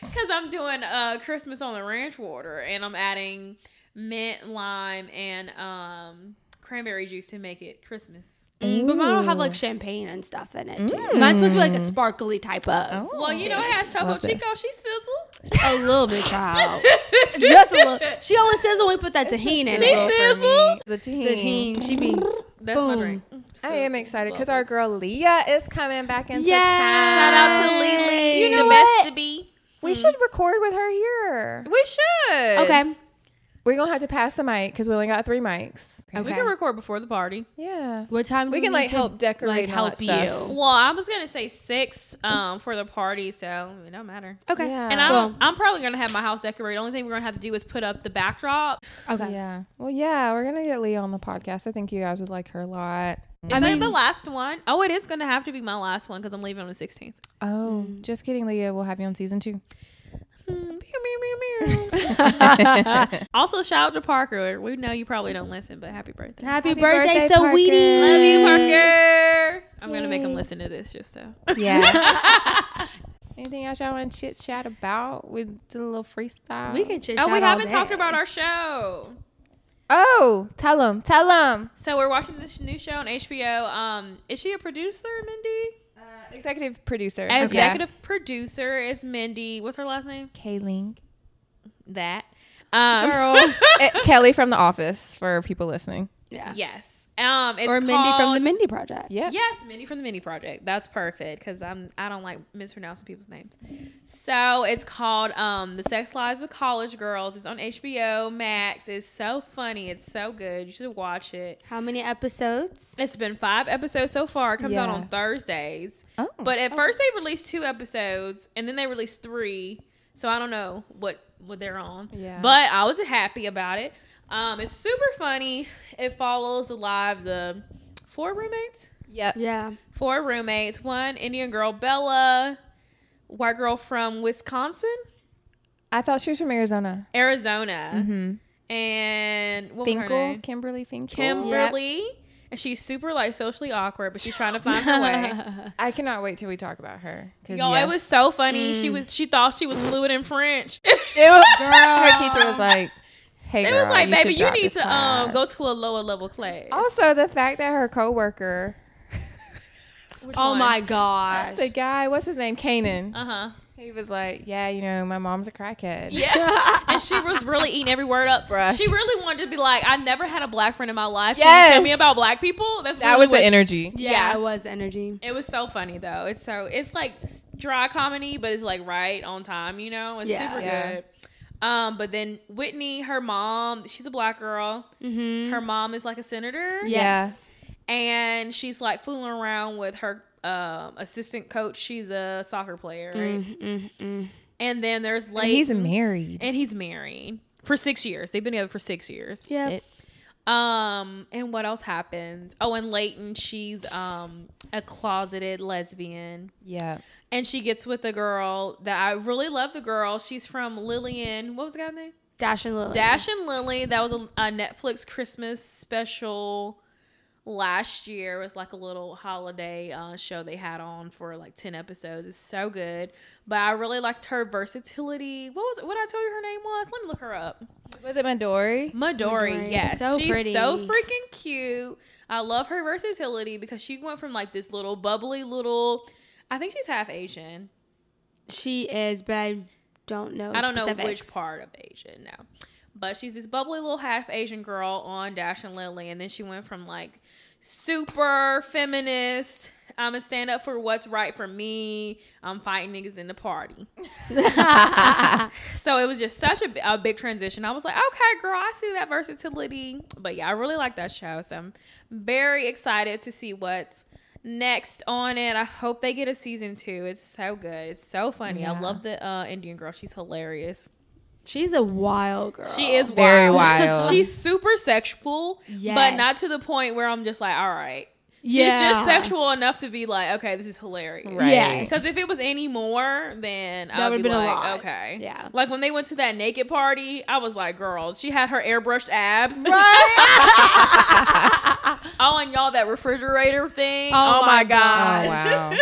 E: because I'm doing uh Christmas on the ranch water and I'm adding mint, lime, and um cranberry juice to make it Christmas.
D: Mm, but mine will have like champagne and stuff in it. Too.
A: Mm.
D: Mine's supposed to be like a sparkly type
A: Oh.
D: of.
E: Well, you know,
A: I
E: it has
A: just
E: Topo
A: love
E: Chico.
A: this.
E: She sizzled.
D: A little bit, child. Just a little. She only says when we put that tahini in
E: She
D: it.
E: sizzled.
A: The team.
D: Tahini. She be.
E: That's my
D: Boom.
E: drink.
A: I am excited because our girl Leah is coming back into
D: Yeah.
A: town.
E: Shout out to Lily,
A: You know
E: the best
A: what?
E: to be.
A: We should record with her here.
E: We should.
D: Okay.
A: We're gonna have to pass the mic because we only got three mics.
E: We can record before the party.
A: Yeah.
D: What time?
A: We
D: do
A: can
D: need
A: like
D: to,
A: help decorate
D: like
A: and all
D: help
A: that stuff.
D: you?
E: Well, I was gonna say six um, for the party, so it don't matter.
D: Okay.
A: Yeah.
E: And I'm,
D: Well-
E: I'm probably gonna have my house decorated. The only thing we're gonna have to do is put up the backdrop.
D: Okay.
A: Yeah. Well, yeah, we're gonna get Leah on the podcast. I think you guys would like her a lot.
E: Is
D: I
E: that
D: mean-
E: the last one? Oh, it is gonna have to be my last one because I'm leaving on the 16th.
A: Oh, just kidding, Leah. We'll have you on season two.
E: Mm, meow, meow, meow, meow. also, shout out to Parker. We know you probably don't listen, but happy birthday.
D: Happy,
A: Happy
D: birthday,
A: birthday,
D: so
A: Parker.
D: weedy.
E: Love you, Parker. I'm gonna make him
A: Yay.
E: listen to this just so.
A: Yeah. Anything else y'all want to chit chat about? We did a little freestyle.
D: We can chit
E: Oh, we haven't talked about our show.
A: Oh, tell them, tell them.
E: So we're watching this new show on HBO. Um, is she a producer, Mindy?
A: Uh, executive producer.
E: Executive producer is Mindy. What's her last name?
A: Kayling.
E: That. Um,
D: Girl.
A: Eh, Kelly from The Office for people listening.
D: Yeah.
E: yes. Um, it's
D: Or Mindy from the
E: called-
D: Mindy Project.
A: Yeah.
E: Yes, Mindy from the Mindy Project. That's perfect because I'm I don't like mispronouncing people's names. So it's called um, "The Sex Lives of College Girls." It's on HBO Max. It's so funny. It's so good. You should watch it.
D: How many episodes?
E: It's been five episodes so far. It comes out
A: Yeah.
E: on Thursdays.
A: Oh.
E: But at first they released two episodes and then they released three. So I don't know what what they're on.
A: Yeah.
E: But I was happy about it. Um, it's super funny. It follows the lives of four roommates.
A: Yep.
D: Yeah.
E: Four roommates. One Indian girl, Bella, white girl from Wisconsin,
A: I thought she was from Arizona.
E: Arizona,
A: Mm-hmm.
E: and what was her
A: Finkel,
E: name?
A: Kimberly Finkel.
E: Kimberly. And she's super like socially awkward, but she's trying to find her way.
A: I cannot wait till we talk about her. 'cause
E: Y'all,
A: yes. Mm.
E: it was so funny. She was she thought she was fluent in French.
A: Girl. Her teacher was like, "Hey,
E: It
A: girl,
E: was like,
A: you should
E: baby, you
A: drop
E: need
A: this
E: to um,
A: class."
E: go to a lower level class.
A: Also, the fact that her coworker,
E: Which
D: Oh
E: one?
D: my gosh.
A: the guy, what's his name, Kanan,
E: Uh-huh.
A: he was like, "Yeah, you know, my mom's a crackhead."
E: Yeah. and she was really eating every word up.
A: Bruh.
E: She really wanted to be like, I've never had a black friend in my life. Can you
A: Yes.
E: tell me about black people? That's
A: That
E: really
A: was the
E: what-
A: energy.
D: Yeah,
E: Yeah.
D: it was energy.
E: It was so funny though. It's so it's like s- dry comedy, but it's like right on time. You know, it's
D: Yeah.
E: super
A: Yeah.
E: good. Um, but then Whitney, her mom, she's a black girl.
D: Mm-hmm.
E: Her mom is like a senator.
D: Yes.
E: and she's like fooling around with her um, assistant coach. She's a soccer player, right? And then there's
A: Mm-hmm, And
E: Leighton,
A: He's married.
E: and he's married for six years. They've been together for six years.
D: Yeah.
A: Shit.
E: Um, and what else happened? Oh, and Leighton, she's um a closeted lesbian,
A: Yeah.
E: and she gets with a girl that I really love. The girl, she's from Lillian. What was the guy's name?
D: Dash and Lily.
E: Dash and Lily. That was a, a Netflix Christmas special. last year was like a little holiday uh, show they had on for like 10 episodes. It's so good. But I really liked her versatility. What was it? What did I tell you her name was? Let me look her up.
A: Was it Midori?
E: Midori,
D: Midori.
E: yes.
D: So
E: She's so
D: pretty.
E: freaking cute. I love her versatility because she went from like this little bubbly little I think she's half Asian.
D: She is, but I don't know.
E: I don't know which
D: specifics.
E: part of Asia, no. But she's this bubbly little half Asian girl on Dash and Lily, and then she went from like super feminist. I'm gonna stand up for what's right for me. I'm fighting niggas in the party. so it was just such a, bi- a big transition. I was like, okay, girl, I see that versatility. But yeah, I really like that show. So I'm very excited to see what's next on it. I hope they get a season two. It's so good. It's so funny. I love the uh, Indian girl. She's hilarious.
D: She's a wild girl.
E: She is wild.
A: Very wild.
E: She's super sexual, but
D: Yes.
E: not to the point where I'm just like, all right. She's
D: Yeah.
E: just sexual enough to be like, okay, this is hilarious.
A: Right.
D: Yes.
E: Because if it was any more, then I
D: That
E: would
D: would've
E: be
D: been a
E: like,
D: lot.
E: okay.
D: Yeah.
E: Like when they went to that naked party, I was like, girl, she had her airbrushed abs. oh, and y'all, that refrigerator thing. Oh,
D: Oh
E: my
D: my
E: God.
A: Oh, wow.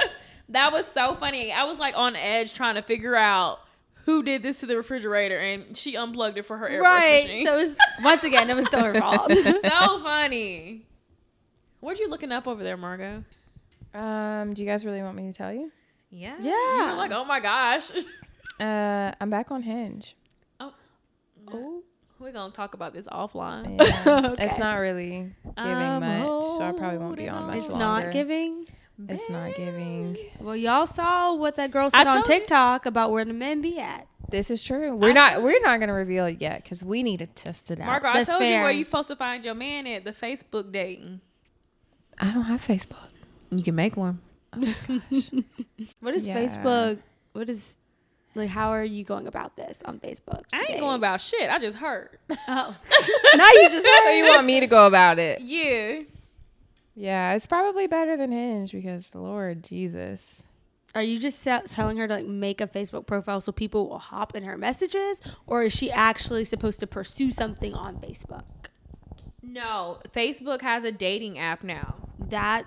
E: that was so funny. I was like on edge trying to figure out who did this to the refrigerator, and she unplugged it for her airbrush
D: right.
E: machine.
D: So it was once again, it was still her fault.
E: so funny. What are you looking up over there, Margo?
A: Um, do you guys really want me to tell you?
E: Yeah.
D: Yeah.
E: You were like, oh my gosh.
A: Uh, I'm back on Hinge.
E: We're Oh, gonna talk about this offline.
A: Yeah.
D: Okay.
A: It's not really giving
E: I'm
A: much, so I probably won't be on much
D: it's
A: longer.
D: not giving.
A: It's not giving.
D: Well, y'all saw what that girl
E: I
D: said on
E: told you.
D: TikTok about where the men be at.
A: This is true. We're not. We're not going to reveal it yet because we need to test it out.
E: Margo, I
D: That's
E: told you
D: fair.
E: where you supposed to find your man at the Facebook dating.
A: I don't have Facebook.
E: You can make one.
D: What is
A: Yeah.
D: Facebook? What is like? How are you going about this on Facebook?
E: I ain't
D: today?
E: going about shit. I just heard.
D: Oh, now you just
A: so you want me to go about it?
E: Yeah.
A: Yeah, it's probably better than Hinge because Lord Jesus.
D: Are you just se- telling her to like make a Facebook profile so people will hop in her messages, or is she actually supposed to pursue something on Facebook?
E: No, Facebook has a dating app now.
D: That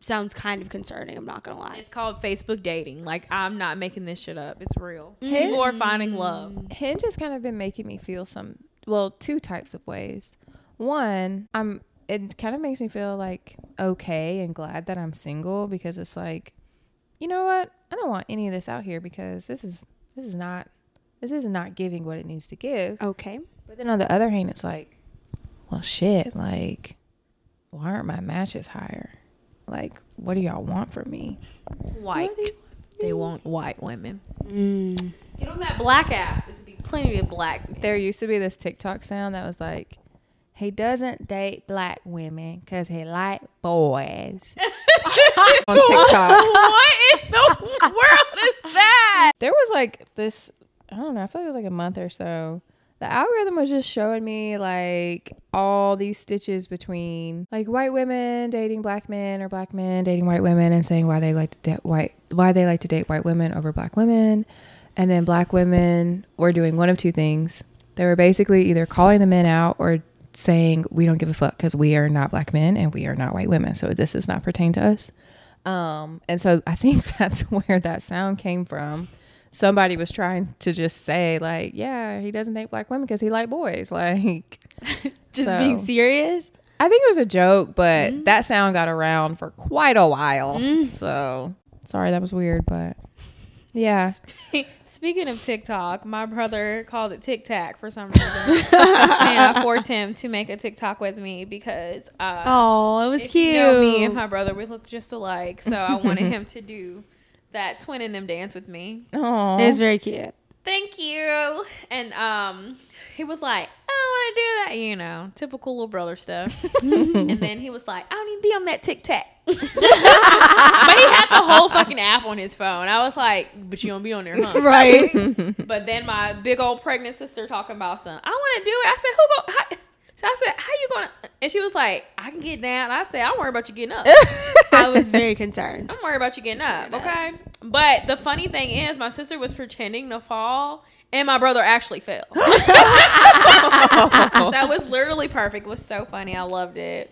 D: sounds kind of concerning. I'm not gonna lie.
E: It's called Facebook Dating. Like I'm not making this shit up. It's real. People are finding love.
A: Hinge has kind of been making me feel some well, two types of ways. One, I'm it kind of makes me feel like okay and glad that I'm single because it's like, you know what? I don't want any of this out here because this is this is not this is not giving what it needs to give.
D: Okay.
A: But then on the other hand, it's like, well, shit, like, why aren't my matches higher? Like, what do y'all want from me?
E: White. They want white women. Get on that black app. There's be plenty of black. men.
A: There used to be this TikTok sound that was like, he doesn't date black women because he like boys. on TikTok.
E: what in the world is that?
A: There was like this, I don't know, I feel like it was like a month or so. The algorithm was just showing me like all these stitches between like white women dating black men or black men dating white women and saying why they like to date white why they like to date white women over black women. And then black women were doing one of two things. They were basically either calling the men out or saying we don't give a fuck because we are not black men and we are not white women. So this does not pertain to us. Um, and so I think that's where that sound came from. Somebody was trying to just say like, yeah, he doesn't date black women because he like boys. Like,
D: Just
A: so-
D: being Mm-hmm. serious.
A: I think it was a joke, but that sound got around for quite a while.
D: Mm.
A: So sorry, that was weird, but yeah,
E: Speaking of TikTok, my brother calls it Tic Tac for some reason, and I forced him to make a TikTok with me because uh,
D: Oh, it was
E: if
D: cute.
E: you know me and my brother, we look just alike. So I wanted him to do that twin and them dance with me.
A: Aw.
D: it was very cute.
E: Thank you. And um, he was like, I don't want to do that, you know, typical little brother stuff. and then he was like, I don't even be on that Tic Tac. but he had the whole fucking app on his phone. I was like, but you don't be on there, huh?
D: Right.
E: But then my big old pregnant sister talking about some. I want to do it. I said, who go? How? So I said, how you gonna? And she was like, I can get down. I said, I'm worried about you getting up.
D: I was very concerned.
E: I'm worried about you getting up, okay? But the funny thing is, my sister was pretending to fall, and my brother actually fell. so it was literally perfect. It was so funny. I loved it.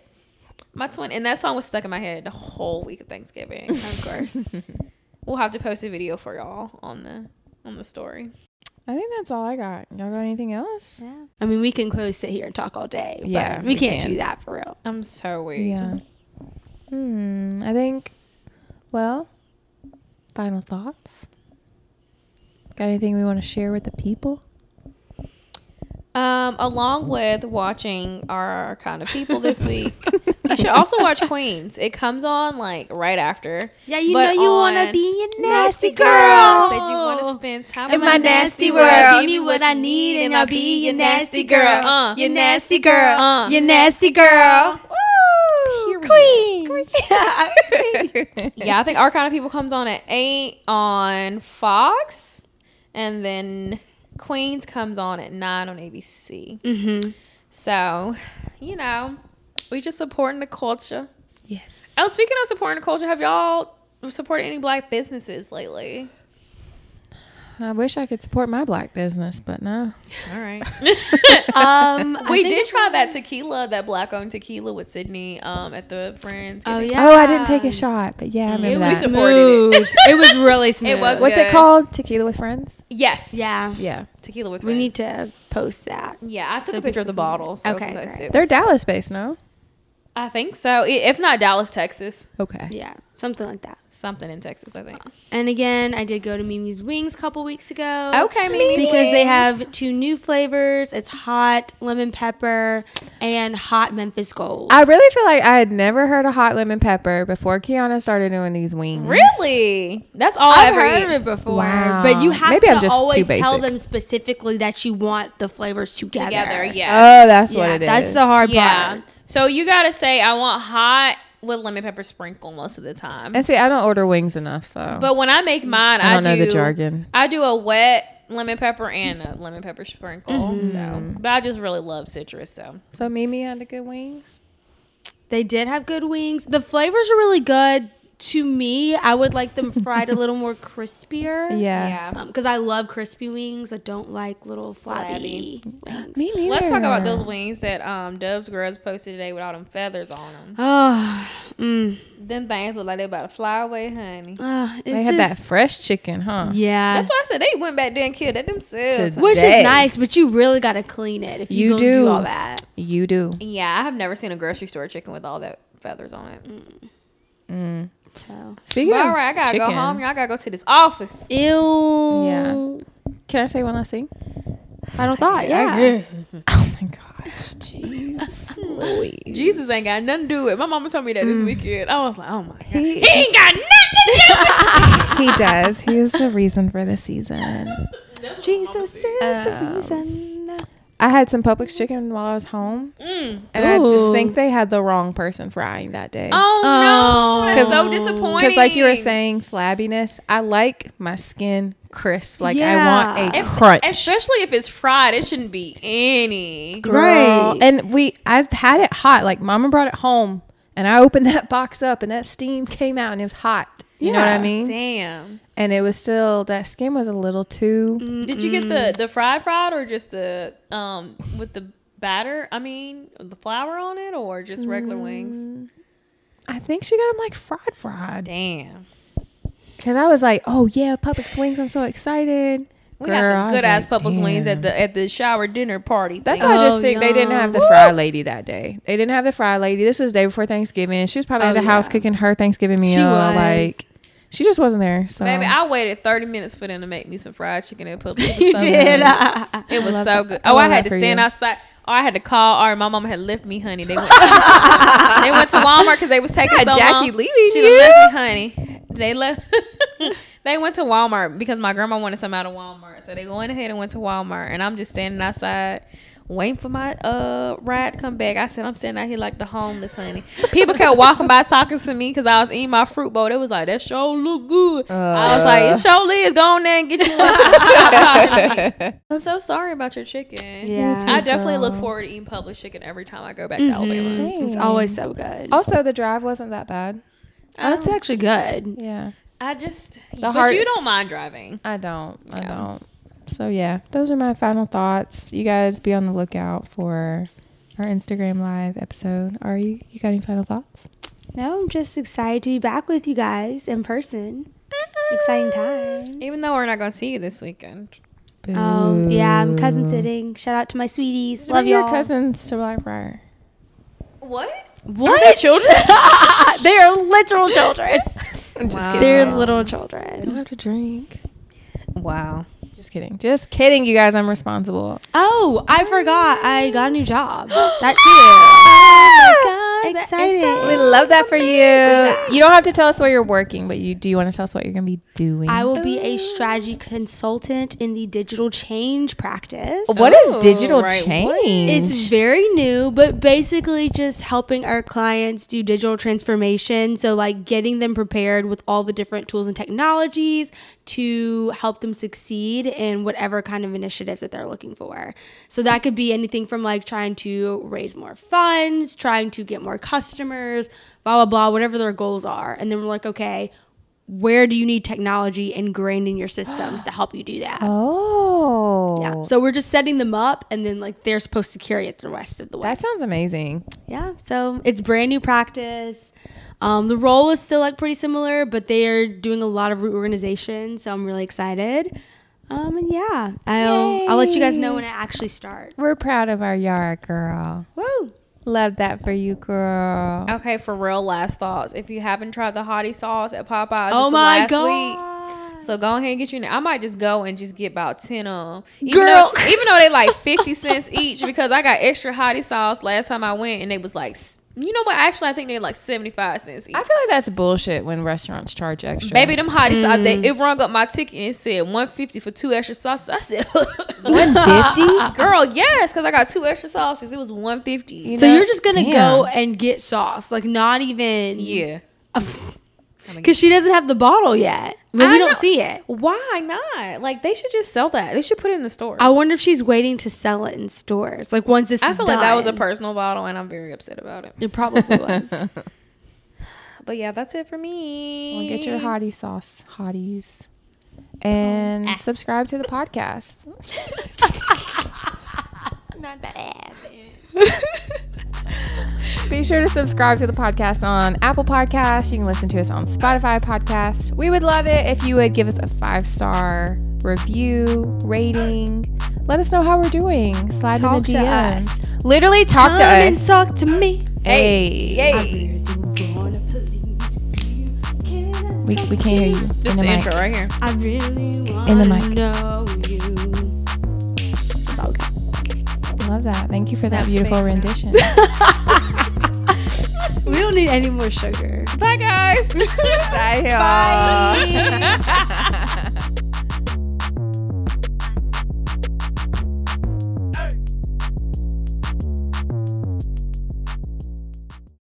E: My twin, and that song was stuck in my head the whole week of Thanksgiving. Of course, we'll have to post a video for y'all on the on the story.
A: I think that's all I got. Y'all got anything else?
D: Yeah. I mean, we can clearly sit here and talk all day. But
A: Yeah,
D: we,
A: we
D: can't
A: can.
D: do that for real.
E: I'm so weak.
A: Yeah. Hmm. I think. Well. Final thoughts. Got anything we want to share with the people?
E: Um, along with watching our kind of people this week, you should also watch Queens. It comes on like right after.
D: Yeah, you
E: But
D: know you want
E: on
D: to be a nasty
E: Nasty
D: girl.
E: girl. Said you want to spend time in
D: my nasty world. Give me what I need and I'll be your nasty girl.
E: Uh,
D: You nasty girl.
E: Uh.
D: You nasty girl.
E: Period.
D: Queens.
E: yeah, I think our kind of people comes on at eight on Fox, and then Queens comes on at nine on ABC.
D: mm-hmm.
E: So, you know, we just supporting the culture.
A: Yes.
E: Oh, speaking of supporting the culture, have y'all supported any black businesses lately?
A: I wish I could support my black business, but no.
E: All right.
D: Um, I
E: we
D: think
E: did
D: it
E: try that tequila, that black owned tequila with Sydney um, at the friends.
D: Oh yeah.
A: Oh, I didn't take a shot, but yeah, I remember
E: Mm. It was
A: that.
E: supported it.
D: Smooth. it was really smooth.
E: It was
A: What's
E: good.
A: it called? Tequila with friends.
E: Yes.
D: Yeah.
A: Yeah,
E: Tequila with
D: We
E: friends.
D: need to post that.
E: Yeah, I took
D: So
E: a picture of the bottle. So
D: Okay,
E: okay. Post
D: great.
E: it.
A: they're Dallas based, no?
E: I think so. I- If not Dallas, Texas,
A: Okay.
D: Yeah, something like that.
E: something in Texas, I think.
D: And again, I did go to Mimi's Wings a couple weeks ago.
E: Okay, Mimi.
D: Because they have two new flavors. It's hot lemon pepper and hot Memphis Gold.
A: I really feel like I had never heard of hot lemon pepper before Kiana started doing these wings.
E: Really? That's all
D: I've
E: I've
D: heard of it before,
A: Wow.
D: but you have
A: Maybe
D: to
A: I'm just too
D: always tell
A: basic.
D: them specifically that you want the flavors together.
E: Together, yeah.
A: Oh, that's what
D: Yeah,
A: it is.
D: That's the hard
E: yeah.
D: part.
E: So you gotta say I want hot with lemon pepper sprinkle most of the time.
A: And see, I don't order wings enough, so
E: But when I make mine,
A: Mm. I
E: I,
A: don't
E: do
A: know the jargon.
E: I do a wet lemon pepper and a lemon pepper sprinkle. So,
A: Mm-hmm.
E: but I just really love citrus. So
A: So Mimi had the good wings.
D: They did have good wings. The flavors are really good. To me, I would like them fried a little more crispier.
A: Yeah.
E: yeah.
D: because I love crispy wings. I don't like little flabby.
A: Me neither.
E: Let's talk about those wings that um, Dove's girls posted today with all them feathers on them.
D: Oh, mm,
E: Them things look like they about to fly away, honey.
D: Ah, it's
A: They had that
D: just-
A: fresh chicken, huh?
D: Yeah,
E: That's why I said they went back there and killed it themselves.
A: To-
D: which
A: Dang.
D: is nice, but you really got to clean it if you,
A: You
D: gonna do.
A: do.
D: all that.
A: You do.
E: yeah, I have never seen a grocery store chicken with all that feathers on it.
D: So
A: Speaking
E: But
A: of
E: all right, I gotta
A: chicken,
E: go home. Y'all gotta go to this office.
D: ew.
A: can I say one last thing?
D: Final thought. Yeah.
A: Oh my gosh, jeez, Louise.
E: Jesus ain't got nothing to do with it. My mama told me that
A: Mm.
E: this weekend. I was like, oh my god.
A: He-
E: He ain't got nothing to do with
A: He does. He is the reason for the season.
D: Jesus is the
A: Um,
D: reason.
A: I had some Publix chicken while I was home,
E: Mm.
A: and I just
D: Ooh.
A: think they had the wrong person frying that day.
E: Oh, no. That's
A: Um, Cause-
E: so disappointing.
A: Because, like you were saying, flabbiness. I like my skin crisp. Like I want a
D: Yeah.
E: If-
A: crunch.
E: Especially if it's fried, it shouldn't be any.
D: Right.
A: And we, I've had it hot. Like Mama brought it home, and I opened that box up, and that steam came out, and it was hot. You know what I
D: Yeah.
A: mean?
E: Damn.
A: And it was still that skin was a little too.
E: Did you get the the fried fried or just the um with the batter? I mean, the flour on it or just regular
A: Mm.
E: wings?
A: I think she got them like fried, fried.
E: Damn.
A: Because I was like, oh yeah, Publix wings. I'm so excited.
E: We
A: Girl, I
E: got some
A: was
E: good ass
A: like,
E: Publix wings
A: damn.
E: at the at the shower dinner party.
A: That's
E: thing.
A: why I just
D: Oh,
A: think they didn't have the
D: yum.
A: fry lady that day. They didn't have the fry lady. This was the day before Thanksgiving. She was probably
D: Oh,
A: at the house
D: yeah.
A: cooking her Thanksgiving meal.
D: was.
A: Like she just wasn't there. So
E: Baby, I waited 30 minutes for them to make me some fried chicken at Publix. It was so
D: Did
E: good.
D: I?
E: It was
A: love
E: so
A: that.
E: good.
A: I
E: Oh,
A: love
E: I, had
A: that
E: to
A: for
E: stand
A: you.
E: outside. Oh, I had to call. All right, my mama had left me, honey. They went, they went to Walmart because they was taking
A: God,
E: so
A: Jackie
E: long.
A: leaving
E: she
A: you.
E: left me, honey. They left. they went to Walmart because my grandma wanted something out of Walmart. So they went ahead and went to Walmart, and I'm just standing outside. Waiting for my uh ride to come back. I said I'm standing out here like the homeless, honey. People kept walking by talking to me because I was eating my fruit bowl. They was like, "That sure look good." I was like, "It sure is." Go on there and get you one. Stop talking to me. I'm so sorry about your chicken. I
D: Yeah.
E: Mm-hmm. definitely look forward to eating Publix chicken every time I go back to Alabama.
D: It's
A: Same.
D: always so good.
A: also the drive wasn't that bad.
D: Oh, it's actually good.
A: Yeah,
E: I just,
A: The
E: but
A: heart-
E: you don't mind driving.
A: I don't. I
E: Yeah.
A: don't. So yeah, those are my final thoughts. You guys be on the lookout for our Instagram live episode. Are you you got any final thoughts?
D: No, I'm just excited to be back with you guys in person. Exciting time.
E: Even though we're not going to see you this weekend.
A: Boo.
D: Oh yeah, I'm cousin sitting. Shout out to my sweeties. Love
A: Bring your
D: y'all.
A: cousins to Blackbriar.
E: What?
D: What? children? they are Uh, literal children.
A: I'm just
E: Wow.
A: kidding.
D: They're
E: Wow.
D: little
A: I don't
D: children.
A: have to drink.
E: Wow.
A: Just kidding. Just kidding, you guys. I'm responsible.
D: Oh, I forgot. I got a new job. That too.
A: Oh
D: my God, that is so Exciting.
A: We love that for you. You don't have to tell us where you're working, but you do want to tell us what you're going to be doing.
D: I will be a strategy consultant in the digital change practice.
A: What is
E: Ooh,
A: digital
E: right,
A: change?
E: what
D: It's very new, but basically just helping our clients do digital transformation. So, like getting them prepared with all the different tools and technologies to help them succeed in whatever kind of initiatives that they're looking for. So, that could be anything from like trying to raise more funds, trying to get more customers, blah, blah, blah, whatever their goals are. And then we're like, okay, where do you need technology ingrained in your systems to help you do that?
A: oh.
D: Yeah. So we're just setting them up and then like they're supposed to carry it the rest of the way.
A: That sounds amazing.
D: yeah. So it's brand new practice. Um, the role is still like pretty similar, but they are doing a lot of reorganization. So I'm really excited. Um, and yeah, I'll, I'll let you guys know when I actually start.
A: We're proud of our Yara girl.
D: Woo.
A: Love that for you, girl.
E: Okay, for real, last thoughts. If you haven't tried the hottie sauce at Popeyes,
D: Oh
E: it's
D: my
E: last
D: God.
E: week. So go ahead and get you. I might just go and just get about ten of them. Even
D: Girl.
E: though, even though they like fifty cents each, because I got extra hottie sauce last time I went, and they was like, s- you know what? Actually, I think they're like seventy five cents each.
A: I feel like that's bullshit when restaurants charge extra.
E: Baby, them hotties out there, it rung up my ticket and it said 150 for two extra sauces. I said, Uh-uh.
A: 150?
E: Girl, yes, because I got two extra sauces. It was 150.
D: So you're just going to
A: Damn.
D: go and get sauce, like not even.
E: Yeah.
D: Because she doesn't have the bottle yet. We
E: I
D: we Oh don't
E: know.
D: see it.
E: Why not? Like, they should just sell that. They should put it in the stores.
D: I wonder if she's waiting to sell it in stores. Like once this
E: I
D: is
E: feel like that was a
D: done.
E: personal bottle, and I'm very upset about it.
D: It probably was.
E: But yeah, that's it for me.
A: Well, get your hottie sauce, hotties, and subscribe to the podcast. Be sure to subscribe to the podcast on Apple Podcasts. You can listen to us on Spotify Podcasts. We would love it if you would give us a five star review, rating. Let us know how we're doing. Slide
D: Talk
A: in the
D: to
A: DMs. Literally talk
D: Come
A: to
D: and
A: us.
D: talk to me.
A: hey.
E: Yay.
A: We, we can't hear you. in
E: This is
A: the
E: the
A: mic.
E: intro right here.
D: I really want
A: In the mic.
D: know you. It's all good.
A: Love that. Thank you for that
E: That's
A: beautiful
E: favorite.
A: rendition.
D: We don't need any more sugar.
E: Bye, guys.
A: Bye, y'all.